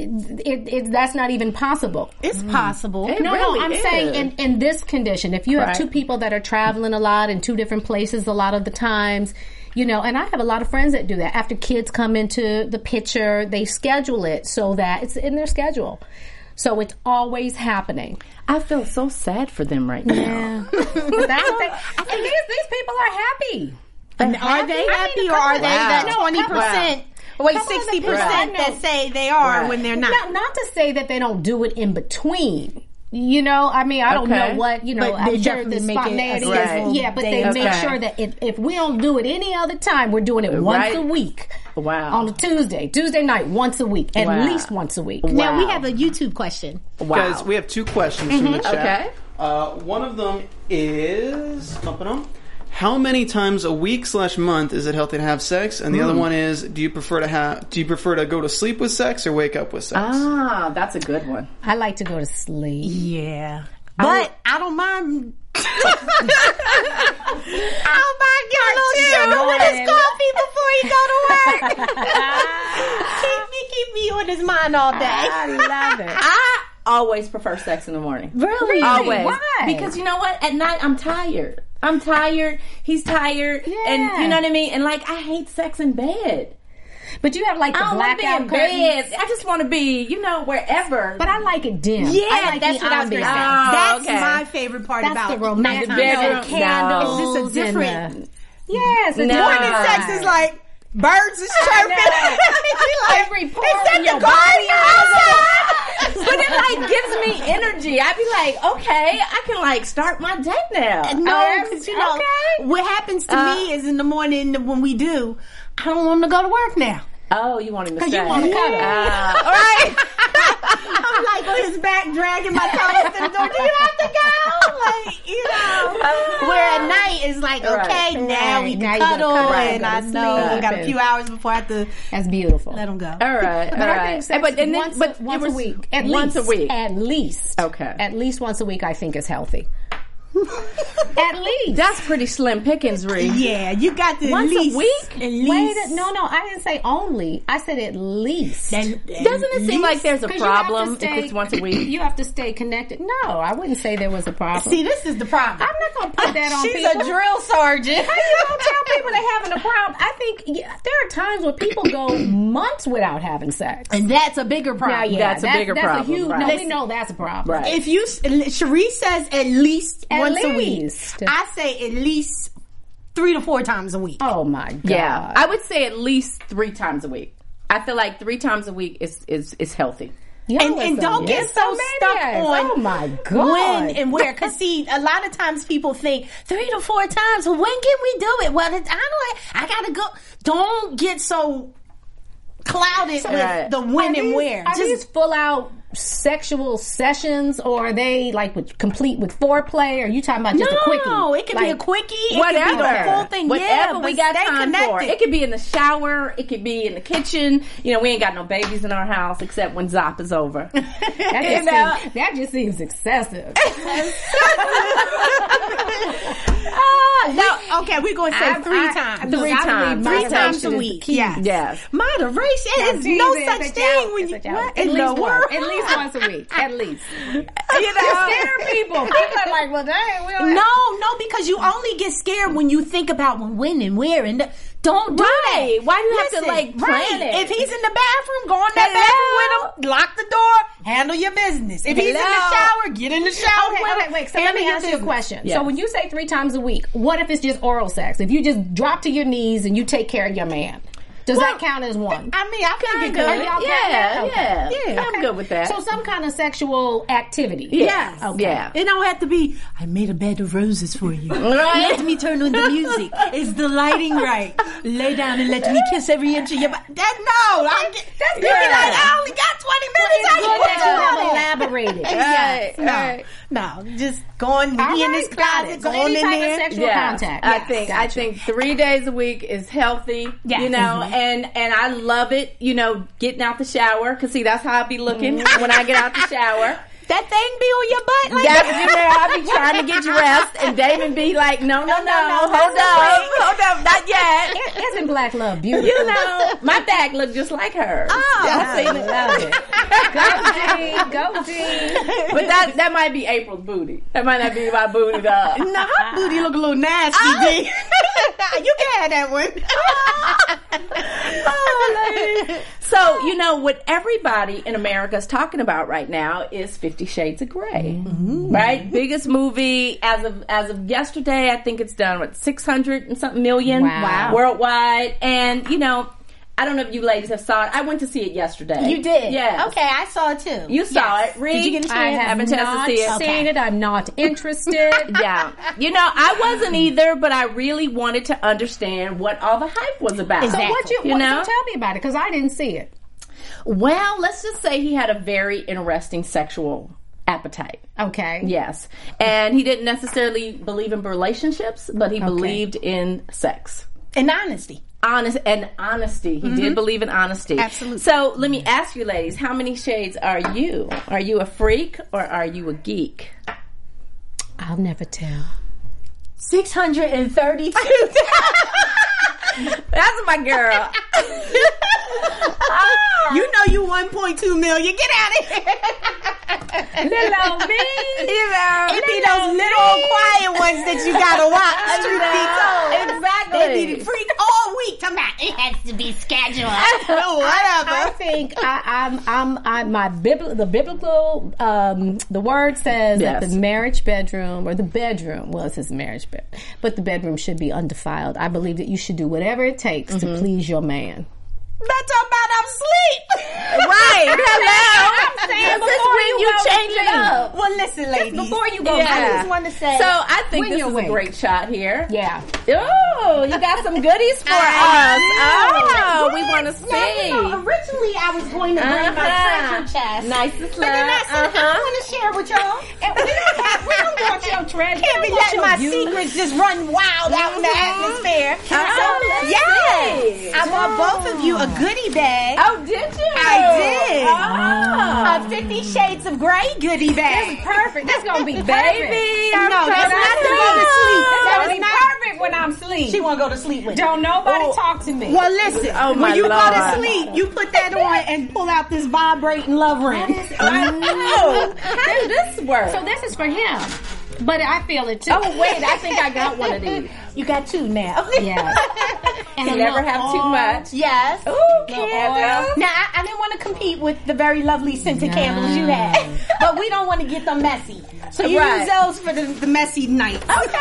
Speaker 6: it, it, that's not even possible.
Speaker 5: it's possible.
Speaker 6: No,
Speaker 4: really
Speaker 6: no, I'm
Speaker 4: is.
Speaker 6: saying in, in this condition, if you have
Speaker 4: Right.
Speaker 6: two people that are traveling a lot in two different places a lot of the times, you know, and I have a lot of friends that do that. After kids come into the picture, they schedule it so that it's in their schedule. So it's always happening.
Speaker 4: I feel so sad for them right now.
Speaker 6: But that's the thing. And these, these people are happy.
Speaker 5: And are they happy or are they that
Speaker 6: Wow.
Speaker 5: twenty percent? Wait,
Speaker 6: Couple of the
Speaker 5: sixty
Speaker 6: people I
Speaker 5: percent
Speaker 6: know-
Speaker 5: that say they are when they're not.
Speaker 6: Not, not to say that they don't do it in between. You know, I mean, I don't
Speaker 4: Okay.
Speaker 6: know what you know.
Speaker 5: But
Speaker 6: I'm
Speaker 5: they
Speaker 6: sure
Speaker 5: definitely
Speaker 6: the
Speaker 5: make it a
Speaker 6: spontaneity is-
Speaker 4: scheduled
Speaker 6: yeah, but they
Speaker 5: date.
Speaker 6: make
Speaker 4: Okay.
Speaker 6: sure that if, if we don't do it any other time, we're doing it once
Speaker 4: Right.
Speaker 6: a week.
Speaker 4: Wow.
Speaker 6: On a Tuesday, Tuesday night, once a week, at
Speaker 4: Wow.
Speaker 6: least once a week.
Speaker 5: Now we
Speaker 4: Wow.
Speaker 5: have a YouTube question.
Speaker 4: Wow. Mm-hmm.
Speaker 8: Guys, we have two questions from the chat.
Speaker 4: Okay.
Speaker 8: Uh, one of them is Bum-ba-dum. how many times a week slash month is it healthy to have sex? And the other one is do you prefer to have do you prefer to go to sleep with sex or wake up with sex?
Speaker 4: ah, that's a good one.
Speaker 6: I like to go to sleep.
Speaker 5: Yeah. But I don't mind. I don't mind getting a little
Speaker 6: Good
Speaker 5: sugar with his coffee before he go to work. keep me, keep me on his mind all day.
Speaker 6: I love it.
Speaker 4: I always prefer sex in the morning.
Speaker 6: Really?
Speaker 4: Always.
Speaker 6: Why?
Speaker 4: Because you know what? At night, I'm tired. I'm tired. He's tired. And you know what I mean? And like, I hate sex in bed.
Speaker 6: but you have like the
Speaker 4: I don't want to be
Speaker 6: blackout
Speaker 4: in
Speaker 6: curtains.
Speaker 4: bed. I just want to be, you know, wherever.
Speaker 6: But I like it dim.
Speaker 5: Yeah,
Speaker 6: I like
Speaker 5: that's
Speaker 6: the
Speaker 5: what I was gonna
Speaker 6: ambiance.
Speaker 5: say.
Speaker 4: Oh,
Speaker 5: That's
Speaker 4: okay.
Speaker 5: my favorite part
Speaker 6: That's
Speaker 5: about
Speaker 6: the romantic
Speaker 5: nighttime
Speaker 4: bedroom.
Speaker 5: sex.
Speaker 4: No.
Speaker 6: candles.
Speaker 5: It's just a
Speaker 6: and
Speaker 5: different-
Speaker 6: the- yes, it's
Speaker 4: No.
Speaker 5: Morning sex is like birds is chirping. She like,
Speaker 6: Every
Speaker 5: is
Speaker 6: pore
Speaker 5: that
Speaker 6: in
Speaker 5: the
Speaker 6: your
Speaker 5: garden outside?
Speaker 4: but it like gives me energy. I'd be like, okay, I can like start my day now.
Speaker 5: No,
Speaker 6: Oh,
Speaker 5: because you know
Speaker 6: okay.
Speaker 5: what happens to me is in the morning when we do, I don't want him to go to work now.
Speaker 4: Oh, you want him to stay?
Speaker 6: you wanna cuddle.
Speaker 4: Ah.
Speaker 5: All right. I'm like on his back, dragging my toes to the door. Do you have to go? Like, you know. Where at night it's like, okay,
Speaker 4: Right.
Speaker 5: now we can
Speaker 6: Right. Now you gotta
Speaker 5: cuddle,
Speaker 6: cuddle,
Speaker 5: and
Speaker 6: go to
Speaker 5: I know we
Speaker 6: sleep
Speaker 5: got a
Speaker 6: and-
Speaker 5: few hours before I have to
Speaker 6: That's beautiful.
Speaker 5: let him go.
Speaker 4: All right,
Speaker 6: But
Speaker 4: all
Speaker 6: I
Speaker 4: right.
Speaker 6: think sex
Speaker 4: but and then,
Speaker 6: once,
Speaker 4: but
Speaker 6: a, once
Speaker 4: it
Speaker 6: a
Speaker 4: was
Speaker 6: week. At
Speaker 4: once
Speaker 6: least,
Speaker 4: a week.
Speaker 6: At least.
Speaker 4: Okay.
Speaker 6: At least once a week I think is healthy. at least.
Speaker 4: That's pretty slim pickings, Ree.
Speaker 5: Yeah, you got to
Speaker 4: Once
Speaker 5: at least
Speaker 4: a week?
Speaker 5: At
Speaker 6: Wait,
Speaker 5: least.
Speaker 6: a- no, no, I didn't say only. I said at least.
Speaker 5: Doesn't
Speaker 4: Doesn't it seem like there's a
Speaker 6: 'Cause you have to
Speaker 4: problem if
Speaker 6: stay-
Speaker 4: it's once a week?
Speaker 6: You have to stay connected. No, I wouldn't say there was a problem.
Speaker 5: See, this is the problem.
Speaker 6: I'm not going to put that on
Speaker 5: She's
Speaker 6: people.
Speaker 5: a drill sergeant.
Speaker 6: How you gonna tell people they're having a problem? I think yeah, there are times when people go months without having sex.
Speaker 5: And that's a bigger problem.
Speaker 6: Now, yeah,
Speaker 4: that's a
Speaker 6: that-
Speaker 4: bigger
Speaker 6: that's
Speaker 4: problem,
Speaker 6: A huge, No,
Speaker 4: right.
Speaker 6: we know that's a problem.
Speaker 4: Right.
Speaker 5: If you, Cherie says at least
Speaker 6: At
Speaker 5: once
Speaker 6: least.
Speaker 5: a week. I say at least three to four times a week.
Speaker 6: Oh my god.
Speaker 4: Yeah, I would say at least three times a week. I feel like three times a week is is is healthy.
Speaker 6: Y'all
Speaker 5: and,
Speaker 6: are
Speaker 5: and
Speaker 6: some
Speaker 5: don't get so stuck
Speaker 6: maniacs.
Speaker 5: on
Speaker 6: Oh my god.
Speaker 5: when and where. Because see, a lot of times people think three to four times. Well, when can we do it? Well, it's, I don't. I gotta go. Don't get so clouded with
Speaker 4: Right.
Speaker 5: the when
Speaker 6: are
Speaker 5: and
Speaker 6: these,
Speaker 5: where.
Speaker 6: Are these full out sexual sessions or are they like with complete with foreplay? Or are you talking about just a quickie?
Speaker 5: no, it could be a
Speaker 6: Like,
Speaker 5: quickie. It
Speaker 4: Whatever,
Speaker 5: could be the full thing.
Speaker 4: whatever
Speaker 5: yeah,
Speaker 4: we
Speaker 5: but
Speaker 4: got
Speaker 5: stay
Speaker 4: time
Speaker 5: connected.
Speaker 4: for. It could be in the shower. It could be in the kitchen. You know, we ain't got no babies in our house except when Zop is over.
Speaker 6: That
Speaker 4: You
Speaker 6: just,
Speaker 4: know?
Speaker 6: seems, that just seems excessive.
Speaker 5: no, okay, we're going to say
Speaker 6: Ah, I-
Speaker 5: three
Speaker 6: I-
Speaker 5: times.
Speaker 4: three
Speaker 5: I believe
Speaker 4: times.
Speaker 5: Three
Speaker 4: Moderation
Speaker 5: times a
Speaker 4: is the
Speaker 5: week.
Speaker 6: key.
Speaker 5: Yes.
Speaker 4: Yes.
Speaker 5: Moderation. There's
Speaker 6: Jesus,
Speaker 5: no
Speaker 6: it's
Speaker 5: such
Speaker 6: a
Speaker 5: thing
Speaker 6: joke,
Speaker 5: when
Speaker 6: it's
Speaker 5: you.
Speaker 6: a joke.
Speaker 5: What
Speaker 6: At
Speaker 5: in
Speaker 6: least
Speaker 5: the
Speaker 6: once.
Speaker 5: world?
Speaker 6: At least once a week. At least.
Speaker 5: You know?
Speaker 6: Consider people. People are like, well, dang, we don't
Speaker 5: No, no, because you only get scared when you think about when, when, and where, and the-
Speaker 6: Don't do
Speaker 5: Right.
Speaker 6: that. Why do you have
Speaker 5: Listen,
Speaker 6: to like plan
Speaker 5: right.
Speaker 6: it?
Speaker 7: If he's in the bathroom, go in that
Speaker 6: Hello?
Speaker 7: bathroom with him, lock the door, handle your business. If he's in the
Speaker 6: Hello?
Speaker 7: shower, get in the shower.
Speaker 6: Okay, okay, wait. So let
Speaker 7: handle
Speaker 6: me
Speaker 7: your
Speaker 6: ask you a
Speaker 7: business.
Speaker 6: question.
Speaker 4: Yes.
Speaker 6: So when you say three times a week, what if it's just oral sex? If you just drop to your knees and you take care of your man, does that count as one?
Speaker 7: I mean, I think it
Speaker 4: Kinda.
Speaker 6: Are
Speaker 7: could.
Speaker 6: y'all good with
Speaker 4: Yeah,
Speaker 6: that? Okay.
Speaker 4: yeah,
Speaker 7: Yeah.
Speaker 4: I'm good with that.
Speaker 6: So some kind of sexual activity.
Speaker 4: yes,
Speaker 6: Okay.
Speaker 4: yeah,
Speaker 7: It don't have to be. I made a bed of roses for you.
Speaker 4: right.
Speaker 7: Let me turn on the music. Is the lighting right? Lay down and let me kiss every inch of your body. That no, I get, that's you be
Speaker 4: Yeah.
Speaker 7: like, I only got twenty minutes.
Speaker 6: It's
Speaker 7: I
Speaker 6: good that you have elaborated.
Speaker 7: Yes.
Speaker 4: All right,
Speaker 7: No, no, just go on.
Speaker 6: All
Speaker 7: Be in
Speaker 6: right,
Speaker 7: this
Speaker 6: got
Speaker 7: closet.
Speaker 6: it.
Speaker 7: Go
Speaker 6: So
Speaker 7: on
Speaker 6: any
Speaker 7: in
Speaker 6: type of
Speaker 7: there.
Speaker 6: sexual contact.
Speaker 4: I
Speaker 6: Yes,
Speaker 4: think I
Speaker 6: gotcha.
Speaker 4: think three days a week is healthy.
Speaker 6: Yes.
Speaker 4: You know, and and I love it. You know, getting out the shower because see that's how I be looking when I get out the shower.
Speaker 7: That thing be on your butt.
Speaker 4: Mm-hmm.
Speaker 7: Like
Speaker 4: That's you know I be trying to get dressed, and Damon be like, no, no, no, hold up, hold up, not yet.
Speaker 6: Isn't black love beautiful?
Speaker 4: You know, my back looked just like hers. Oh,
Speaker 6: I love it. Go D, go D.
Speaker 4: but that that might be April's booty. That might not be my booty, though.
Speaker 7: Now her booty look a little nasty. D. you can have that one.
Speaker 4: So, you know, what everybody in America is talking about right now is Fifty Shades of gray
Speaker 5: Mm-hmm.
Speaker 4: Right? Biggest movie as of as of yesterday, I think it's done with six hundred and something million
Speaker 6: Wow.
Speaker 4: worldwide. And, you know, I don't know if you ladies have saw it. I went to see it yesterday.
Speaker 5: You did?
Speaker 4: Yeah.
Speaker 5: Okay, I saw it too.
Speaker 4: You saw it. Reed?
Speaker 5: Did you get a
Speaker 6: I
Speaker 5: chance?
Speaker 6: have
Speaker 4: Haven't tested
Speaker 6: not
Speaker 4: to see it.
Speaker 6: seen it. I'm not interested.
Speaker 4: yeah. You know, I wasn't either, but I really wanted to understand what all the hype was about.
Speaker 6: So what you,
Speaker 4: You
Speaker 6: what,
Speaker 4: know?
Speaker 6: so tell me about it because I didn't see it.
Speaker 4: Well, let's just say he had a very interesting sexual appetite.
Speaker 6: Okay.
Speaker 4: Yes. And he didn't necessarily believe in relationships, but he believed in sex.
Speaker 5: In honesty.
Speaker 4: Honest and honesty. He
Speaker 6: Mm-hmm.
Speaker 4: did believe in honesty.
Speaker 5: Absolutely.
Speaker 4: So let me ask you ladies, how many shades are you? Are you a freak or are you a geek?
Speaker 6: I'll never tell.
Speaker 5: 632.
Speaker 4: That's my girl.
Speaker 7: You know you 1.2 million. Get out of here.
Speaker 6: Hello, me.
Speaker 4: you know.
Speaker 7: It be those little quiet ones that you gotta watch. Truth be told. They be
Speaker 4: Exactly.
Speaker 7: free all week. Come out. It has to be scheduled.
Speaker 6: I
Speaker 7: Whatever.
Speaker 6: think I, I'm I'm I my bibl- the biblical um, the word says that
Speaker 4: Yes.
Speaker 6: the marriage bedroom or the bedroom well it says marriage bed but the bedroom should be undefiled. I believe that you should do whatever it takes
Speaker 4: Mm-hmm.
Speaker 6: to please your man.
Speaker 7: Not talking about I'm sleep.
Speaker 4: Right.
Speaker 6: I'm
Speaker 4: Hello.
Speaker 6: saying
Speaker 4: This is
Speaker 6: before
Speaker 4: when
Speaker 6: you
Speaker 4: you
Speaker 6: go
Speaker 4: change it
Speaker 6: sleep.
Speaker 4: up.
Speaker 7: Well, listen, ladies.
Speaker 6: Before you go,
Speaker 4: Yeah.
Speaker 6: I
Speaker 5: I
Speaker 6: just
Speaker 5: just want to say.
Speaker 4: So I think
Speaker 6: When
Speaker 4: this
Speaker 6: you're
Speaker 4: is a
Speaker 6: awake.
Speaker 4: great shot here.
Speaker 6: yeah.
Speaker 4: Oh, you got some goodies for us.
Speaker 5: I
Speaker 4: Oh,
Speaker 5: know.
Speaker 4: we want to
Speaker 5: Now, you know,
Speaker 4: see.
Speaker 5: originally I was going to bring
Speaker 4: Uh-huh.
Speaker 5: my treasure chest.
Speaker 4: Nice and
Speaker 5: But then I said,
Speaker 4: slow.
Speaker 5: I want to share with y'all.
Speaker 6: And we don't have- we don't want your treasure.
Speaker 5: Can't
Speaker 6: We
Speaker 5: be
Speaker 6: don't want
Speaker 5: letting
Speaker 6: your
Speaker 5: my
Speaker 6: beauty.
Speaker 5: secrets just run wild out in the atmosphere.
Speaker 4: Oh,
Speaker 5: so,
Speaker 4: let's see.
Speaker 5: yes, I bought both of you a goodie bag.
Speaker 4: Oh, did you?
Speaker 5: I did.
Speaker 4: Oh.
Speaker 5: A Fifty Shades of Grey goodie bag.
Speaker 6: perfect. Ah. That's gonna be
Speaker 4: Baby, I'm
Speaker 5: No,
Speaker 4: trying
Speaker 5: that's
Speaker 4: to
Speaker 5: not the
Speaker 4: sleep.
Speaker 5: go to sleep.
Speaker 6: That's
Speaker 5: That
Speaker 6: gonna
Speaker 5: was
Speaker 6: be
Speaker 5: not.
Speaker 6: perfect when I'm asleep.
Speaker 5: She want to go to sleep with.
Speaker 6: Don't nobody talk to me.
Speaker 7: Well, listen.
Speaker 4: Oh, my
Speaker 7: when you go
Speaker 4: Lord.
Speaker 7: to sleep, you put that on and pull out this vibrating love ring.
Speaker 4: Oh, how did this work?
Speaker 6: So this is for him. But I feel it too.
Speaker 4: oh, wait, I think I got one of these.
Speaker 5: You got two now.
Speaker 6: Yeah. And
Speaker 4: You
Speaker 6: a
Speaker 4: never
Speaker 6: little
Speaker 4: have too
Speaker 6: orange.
Speaker 4: much.
Speaker 5: Yes.
Speaker 4: Ooh,
Speaker 6: oil.
Speaker 4: Candace.
Speaker 5: Now Oh, I, I didn't want to compete with the very lovely scented candles you had, but we don't want to get them messy.
Speaker 7: So you
Speaker 4: Right.
Speaker 7: use those for the, the messy nights.
Speaker 4: Okay,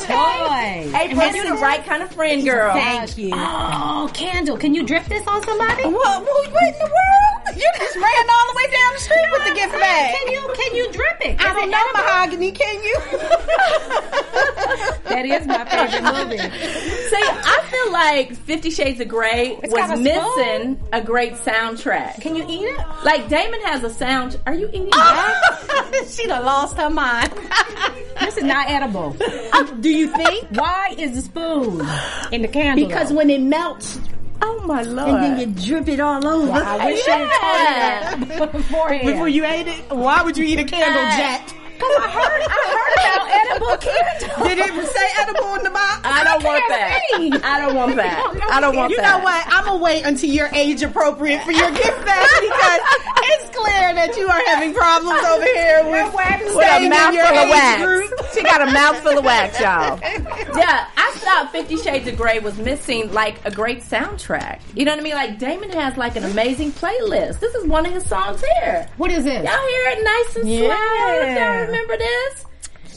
Speaker 4: okay.
Speaker 6: Boy.
Speaker 4: April, you're the right kind of friend, girl.
Speaker 7: Thank you.
Speaker 6: Oh, candle. Can you drift this on somebody?
Speaker 7: What, what, what in the world? You just ran all the way down the street with the gift bag.
Speaker 6: Can you can you drip it?
Speaker 7: I
Speaker 6: Is
Speaker 7: don't
Speaker 6: it
Speaker 7: know
Speaker 6: edible?
Speaker 7: mahogany, can you?
Speaker 6: That is my favorite movie.
Speaker 4: See, I feel like Fifty Shades of Grey
Speaker 6: got a
Speaker 4: was missing a great soundtrack.
Speaker 6: Can you eat it?
Speaker 4: Like Damon has a sound. Are you eating?
Speaker 5: she done lost her mind.
Speaker 6: This is not edible.
Speaker 5: Uh, Do you think?
Speaker 6: Why is the spoon in the candle?
Speaker 5: Because when it melts,
Speaker 4: Oh my lord!
Speaker 5: then you drip it all over.
Speaker 6: I wish you
Speaker 4: Yeah.
Speaker 6: had told me that beforehand.
Speaker 7: Before you ate it, why would you eat a candle, Jack?
Speaker 6: I heard, I heard about edible candles.
Speaker 7: Did it say edible in the box?
Speaker 4: I don't want that.
Speaker 6: Read.
Speaker 4: I don't want that. I don't want
Speaker 7: you
Speaker 4: that.
Speaker 7: know what? I'm gonna wait until you're age appropriate for your gift bag because it's clear that you are having problems over here with,
Speaker 4: With
Speaker 7: staying
Speaker 4: a
Speaker 7: in
Speaker 4: mouthful
Speaker 7: your
Speaker 4: of
Speaker 7: age
Speaker 4: wax.
Speaker 7: group.
Speaker 4: She got a mouthful of wax, y'all. Yeah, I I thought Fifty Shades of Grey was missing like a great soundtrack. You know what I mean? Like Damon has like an amazing playlist. This is one of his songs here.
Speaker 6: What is this?
Speaker 4: Y'all hear it nice and
Speaker 6: Yeah.
Speaker 4: slow. Y'all remember this?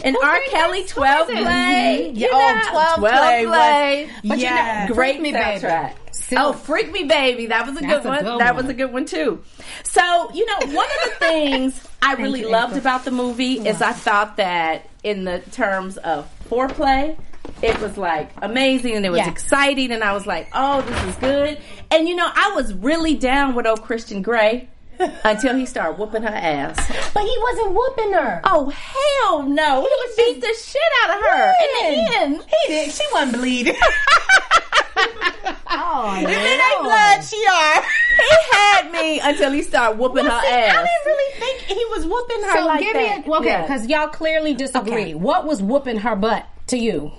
Speaker 4: And R.
Speaker 6: made
Speaker 4: Kelly,
Speaker 6: that song?
Speaker 4: 12 Play.
Speaker 9: Mhm.
Speaker 4: You
Speaker 9: Oh,
Speaker 4: know,
Speaker 9: 12 Play was-
Speaker 4: But
Speaker 9: Yeah.
Speaker 4: you know, great
Speaker 6: Freak Me Baby.
Speaker 4: soundtrack.
Speaker 6: Silk.
Speaker 4: Oh, Freak Me Baby. That was a
Speaker 6: That's
Speaker 4: good
Speaker 6: a
Speaker 4: one.
Speaker 6: good
Speaker 4: that
Speaker 6: one.
Speaker 4: was a good one, too. So, you know, one of the things I really
Speaker 6: you,
Speaker 4: loved
Speaker 6: April.
Speaker 4: about the movie is I thought that in the terms of foreplay, it was like amazing and it was
Speaker 6: Yeah.
Speaker 4: exciting and I was like, oh, this is good. And you know, I was really down with old Christian Grey until he started whooping her ass.
Speaker 9: But he wasn't whooping her.
Speaker 4: Oh hell no! He, would beat the shit out of her in the end.
Speaker 9: He did. She wasn't bleeding.
Speaker 6: Oh,
Speaker 9: Ain't blood. She are.
Speaker 4: He had me until he started whooping her
Speaker 9: See, I
Speaker 4: ass.
Speaker 9: didn't really think he was whooping her
Speaker 6: So
Speaker 9: like
Speaker 6: give
Speaker 9: that.
Speaker 6: me a, okay,
Speaker 4: Yeah.
Speaker 6: because y'all clearly disagree.
Speaker 9: Okay.
Speaker 6: What was whooping her butt to you?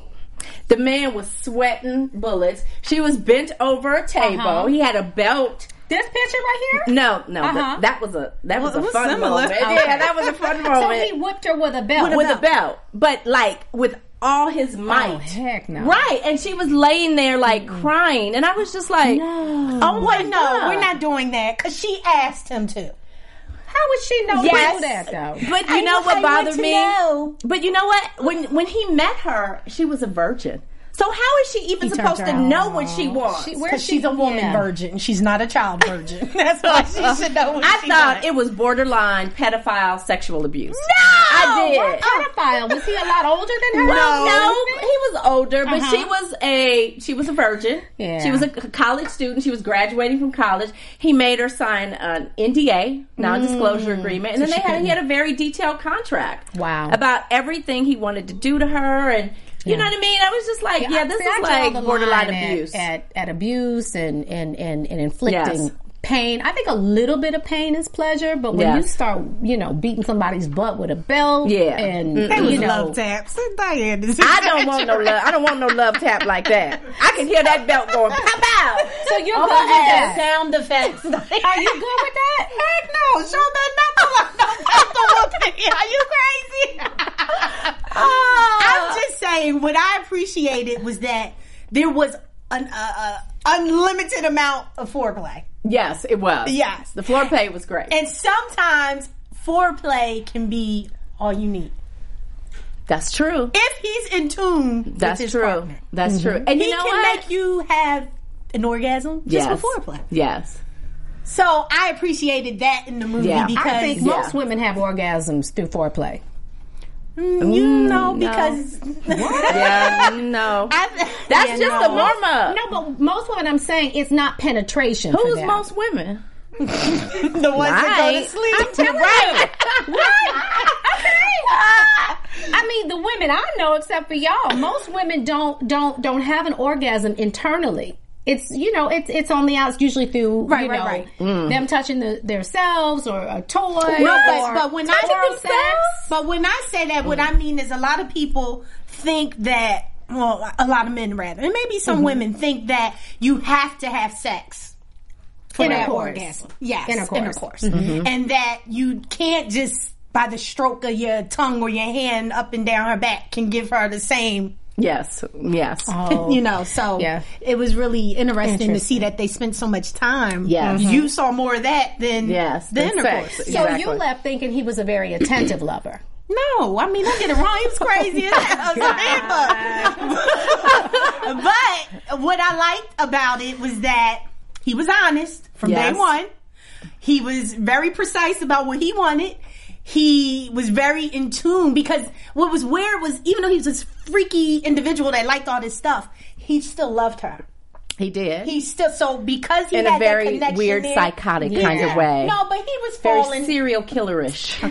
Speaker 4: The man was sweating bullets. She was bent over a table.
Speaker 6: Uh-huh.
Speaker 4: He had a belt.
Speaker 6: This picture right here.
Speaker 4: No, no,
Speaker 6: Uh-huh.
Speaker 4: but that was a that was
Speaker 5: Well, it
Speaker 4: a
Speaker 5: was
Speaker 4: fun
Speaker 5: similar.
Speaker 4: moment. Yeah, that was a fun
Speaker 6: So
Speaker 4: moment
Speaker 6: he whipped her with a belt.
Speaker 4: with a belt, but like with all his might.
Speaker 6: Oh heck no!
Speaker 4: Right, and she was laying there like crying, and I was just like,
Speaker 9: Oh, wait, Mm. no,
Speaker 4: God.
Speaker 9: we're not doing that because she asked him to.
Speaker 6: How would she know
Speaker 4: Yes.
Speaker 6: to do that though?
Speaker 4: But you know
Speaker 9: I
Speaker 4: what
Speaker 9: want
Speaker 4: bothered
Speaker 9: to
Speaker 4: me?
Speaker 9: know.
Speaker 4: But you know what? When when he met her, she was a virgin. So how is she even supposed to know what she wants?
Speaker 6: Where's
Speaker 9: Because she's a woman
Speaker 6: yeah.
Speaker 9: virgin. She's not a child virgin. That's why she should know what
Speaker 4: I
Speaker 9: she
Speaker 4: thought
Speaker 9: wants.
Speaker 4: it was borderline pedophile sexual abuse.
Speaker 6: Oh,
Speaker 4: I
Speaker 6: what
Speaker 4: did.
Speaker 6: pedophile? Was he a lot older than her?
Speaker 4: Well, no, he was older, but
Speaker 6: Uh-huh.
Speaker 4: she was a she was a virgin.
Speaker 6: Yeah.
Speaker 4: She was a c- college student. She was graduating from college. He made her sign an NDA, non-disclosure
Speaker 6: Mm.
Speaker 4: agreement, and then they had he had a very detailed contract.
Speaker 6: Wow.
Speaker 4: About everything he wanted to do to her, and you know what I mean. I was just like, yeah, this
Speaker 6: See, I
Speaker 4: is
Speaker 6: draw
Speaker 4: like
Speaker 6: the line
Speaker 4: borderline
Speaker 6: at-
Speaker 4: abuse.
Speaker 6: at, at abuse and and and, and inflicting.
Speaker 4: Yes.
Speaker 6: Pain. I think a little bit of pain is pleasure, but when
Speaker 4: Yes.
Speaker 6: you start, you know, beating somebody's butt with a belt,
Speaker 4: Yeah.
Speaker 6: and
Speaker 4: Mm-mm. That
Speaker 6: you
Speaker 5: was
Speaker 6: know,
Speaker 5: love taps. Diane is
Speaker 4: I don't want no love. I don't want no love tap like that. I can hear that belt going pow pow.
Speaker 6: so you're
Speaker 9: Oh,
Speaker 6: good with
Speaker 9: that
Speaker 6: that?
Speaker 9: sound effects.
Speaker 6: Are you good with that?
Speaker 9: Heck no, show that number. Are you crazy?
Speaker 5: Uh, I'm just saying, what I appreciated was that there was an uh, uh, unlimited amount of foreplay.
Speaker 4: Yes, it was.
Speaker 5: Yes.
Speaker 4: the floor pay was great.
Speaker 5: And sometimes foreplay can be all you need.
Speaker 4: That's true.
Speaker 5: If he's in tune,
Speaker 4: That's
Speaker 5: with his
Speaker 4: true.
Speaker 5: partner, Mm-hmm.
Speaker 4: That's true. And
Speaker 5: he
Speaker 4: you know
Speaker 5: can
Speaker 4: what?
Speaker 5: make you have an orgasm just
Speaker 4: Yes.
Speaker 5: with foreplay.
Speaker 4: Yes.
Speaker 5: So I appreciated that in the movie
Speaker 4: Yeah. I
Speaker 5: because
Speaker 6: I think
Speaker 4: Yeah.
Speaker 6: most women have orgasms through foreplay.
Speaker 5: you
Speaker 4: Mm,
Speaker 5: know because
Speaker 4: Yeah. No.
Speaker 5: I,
Speaker 4: That's
Speaker 5: Yeah,
Speaker 4: just
Speaker 5: no.
Speaker 4: a warm up.
Speaker 6: No, but most women, I'm saying it's not penetration. for
Speaker 4: Who's
Speaker 6: them.
Speaker 4: most women?
Speaker 5: the ones that go to
Speaker 4: Right.
Speaker 5: sleep.
Speaker 4: I'm telling right.
Speaker 6: I mean, the women I know, except for y'all, most women don't don't don't have an orgasm internally. It's you know, it's it's on the outs usually through you
Speaker 5: right,
Speaker 6: know,
Speaker 5: right.
Speaker 4: Mm.
Speaker 6: them touching the, themselves or a toy.
Speaker 5: No,
Speaker 6: or
Speaker 5: but, but when I
Speaker 6: oral sex.
Speaker 5: but when I say that, what I mean is a lot of people think that. Well, a lot of men rather, and maybe
Speaker 4: Mm-hmm.
Speaker 5: some women think that you have to have sex for an
Speaker 6: Intercourse.
Speaker 5: orgasm. Yes,
Speaker 6: Intercourse. Mm-hmm.
Speaker 4: Mm-hmm.
Speaker 5: and that you can't just by the stroke of your tongue or your hand up and down her back can give her the same.
Speaker 4: Mm-hmm. Yes. Yes.
Speaker 5: You know, so
Speaker 6: Yeah.
Speaker 5: it was really interesting, to see that they spent so much time.
Speaker 4: Yes. Mm-hmm.
Speaker 5: you saw more of that than
Speaker 4: Yes.
Speaker 5: the
Speaker 4: That's
Speaker 5: intercourse.
Speaker 4: sex.
Speaker 6: So you
Speaker 4: Exactly.
Speaker 6: left thinking he was a very attentive lover.
Speaker 5: No, I mean, don't get it wrong. He was crazy as hell. but what I liked about it was that he was honest from
Speaker 4: Yes.
Speaker 5: day one. He was very precise about what he wanted. He was very in tune because what was weird was even though he was this freaky individual that liked all this stuff, he still loved her.
Speaker 4: he did.
Speaker 5: He still so because he
Speaker 4: in
Speaker 5: had
Speaker 4: a
Speaker 5: that
Speaker 4: very
Speaker 5: connection
Speaker 4: weird,
Speaker 5: there-
Speaker 4: psychotic kind of
Speaker 5: Yeah.
Speaker 4: way.
Speaker 5: No, but he was
Speaker 4: Very
Speaker 5: falling.
Speaker 4: serial killerish.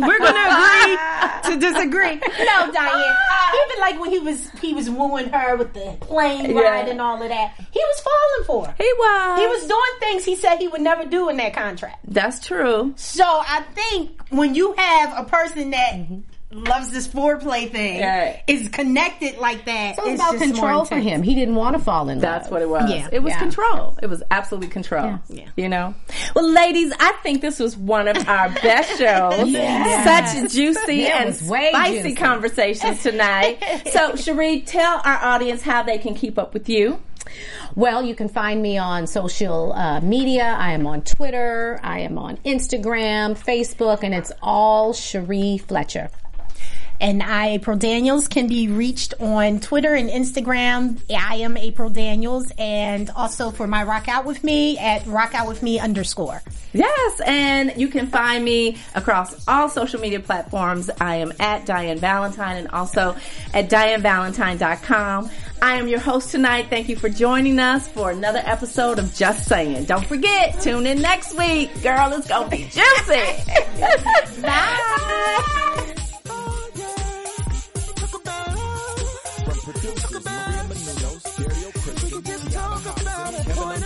Speaker 5: We're gonna agree to disagree. No, Diane. Even like when he was he was wooing her with the plane
Speaker 4: Yeah.
Speaker 5: ride and all of that, he was falling for. her.
Speaker 4: He was.
Speaker 5: He was doing things he said he would never do in that contract.
Speaker 4: That's true.
Speaker 5: So I think when you have a person that
Speaker 4: Mm-hmm.
Speaker 7: loves this foreplay thing
Speaker 4: Right.
Speaker 7: is connected like that.
Speaker 6: It was about
Speaker 7: just more
Speaker 6: control for
Speaker 7: intense.
Speaker 6: him. He didn't want to fall in
Speaker 4: That's
Speaker 6: love.
Speaker 4: what it was.
Speaker 7: Yeah.
Speaker 4: It was
Speaker 6: Yeah.
Speaker 4: control. It was absolute control. You know? Well, ladies, I think this was one of our best shows. Such juicy
Speaker 6: That
Speaker 4: and
Speaker 6: was way
Speaker 4: spicy
Speaker 6: juicy.
Speaker 4: conversations tonight. so, Cherie, tell our audience how they can keep up with you.
Speaker 6: Well, you can find me on social uh, media. I am on Twitter. I am on Instagram, Facebook, and it's all Cherie Fletcher.
Speaker 5: And I, April Daniels, can be reached on Twitter and Instagram. I am April Daniels, and also for my Rock Out With Me at Rock Out With Me underscore.
Speaker 4: Yes, and you can find me across all social media platforms. I am at Diane Valentine and also at DianeValentine.com. I am your host tonight. Thank you for joining us for another episode of Just Saying. Don't forget, tune in next week. Girl, it's gonna be juicy. Bye.
Speaker 1: From producers Maria Menounos, Dario Christian, Tiana Hobson, Kevin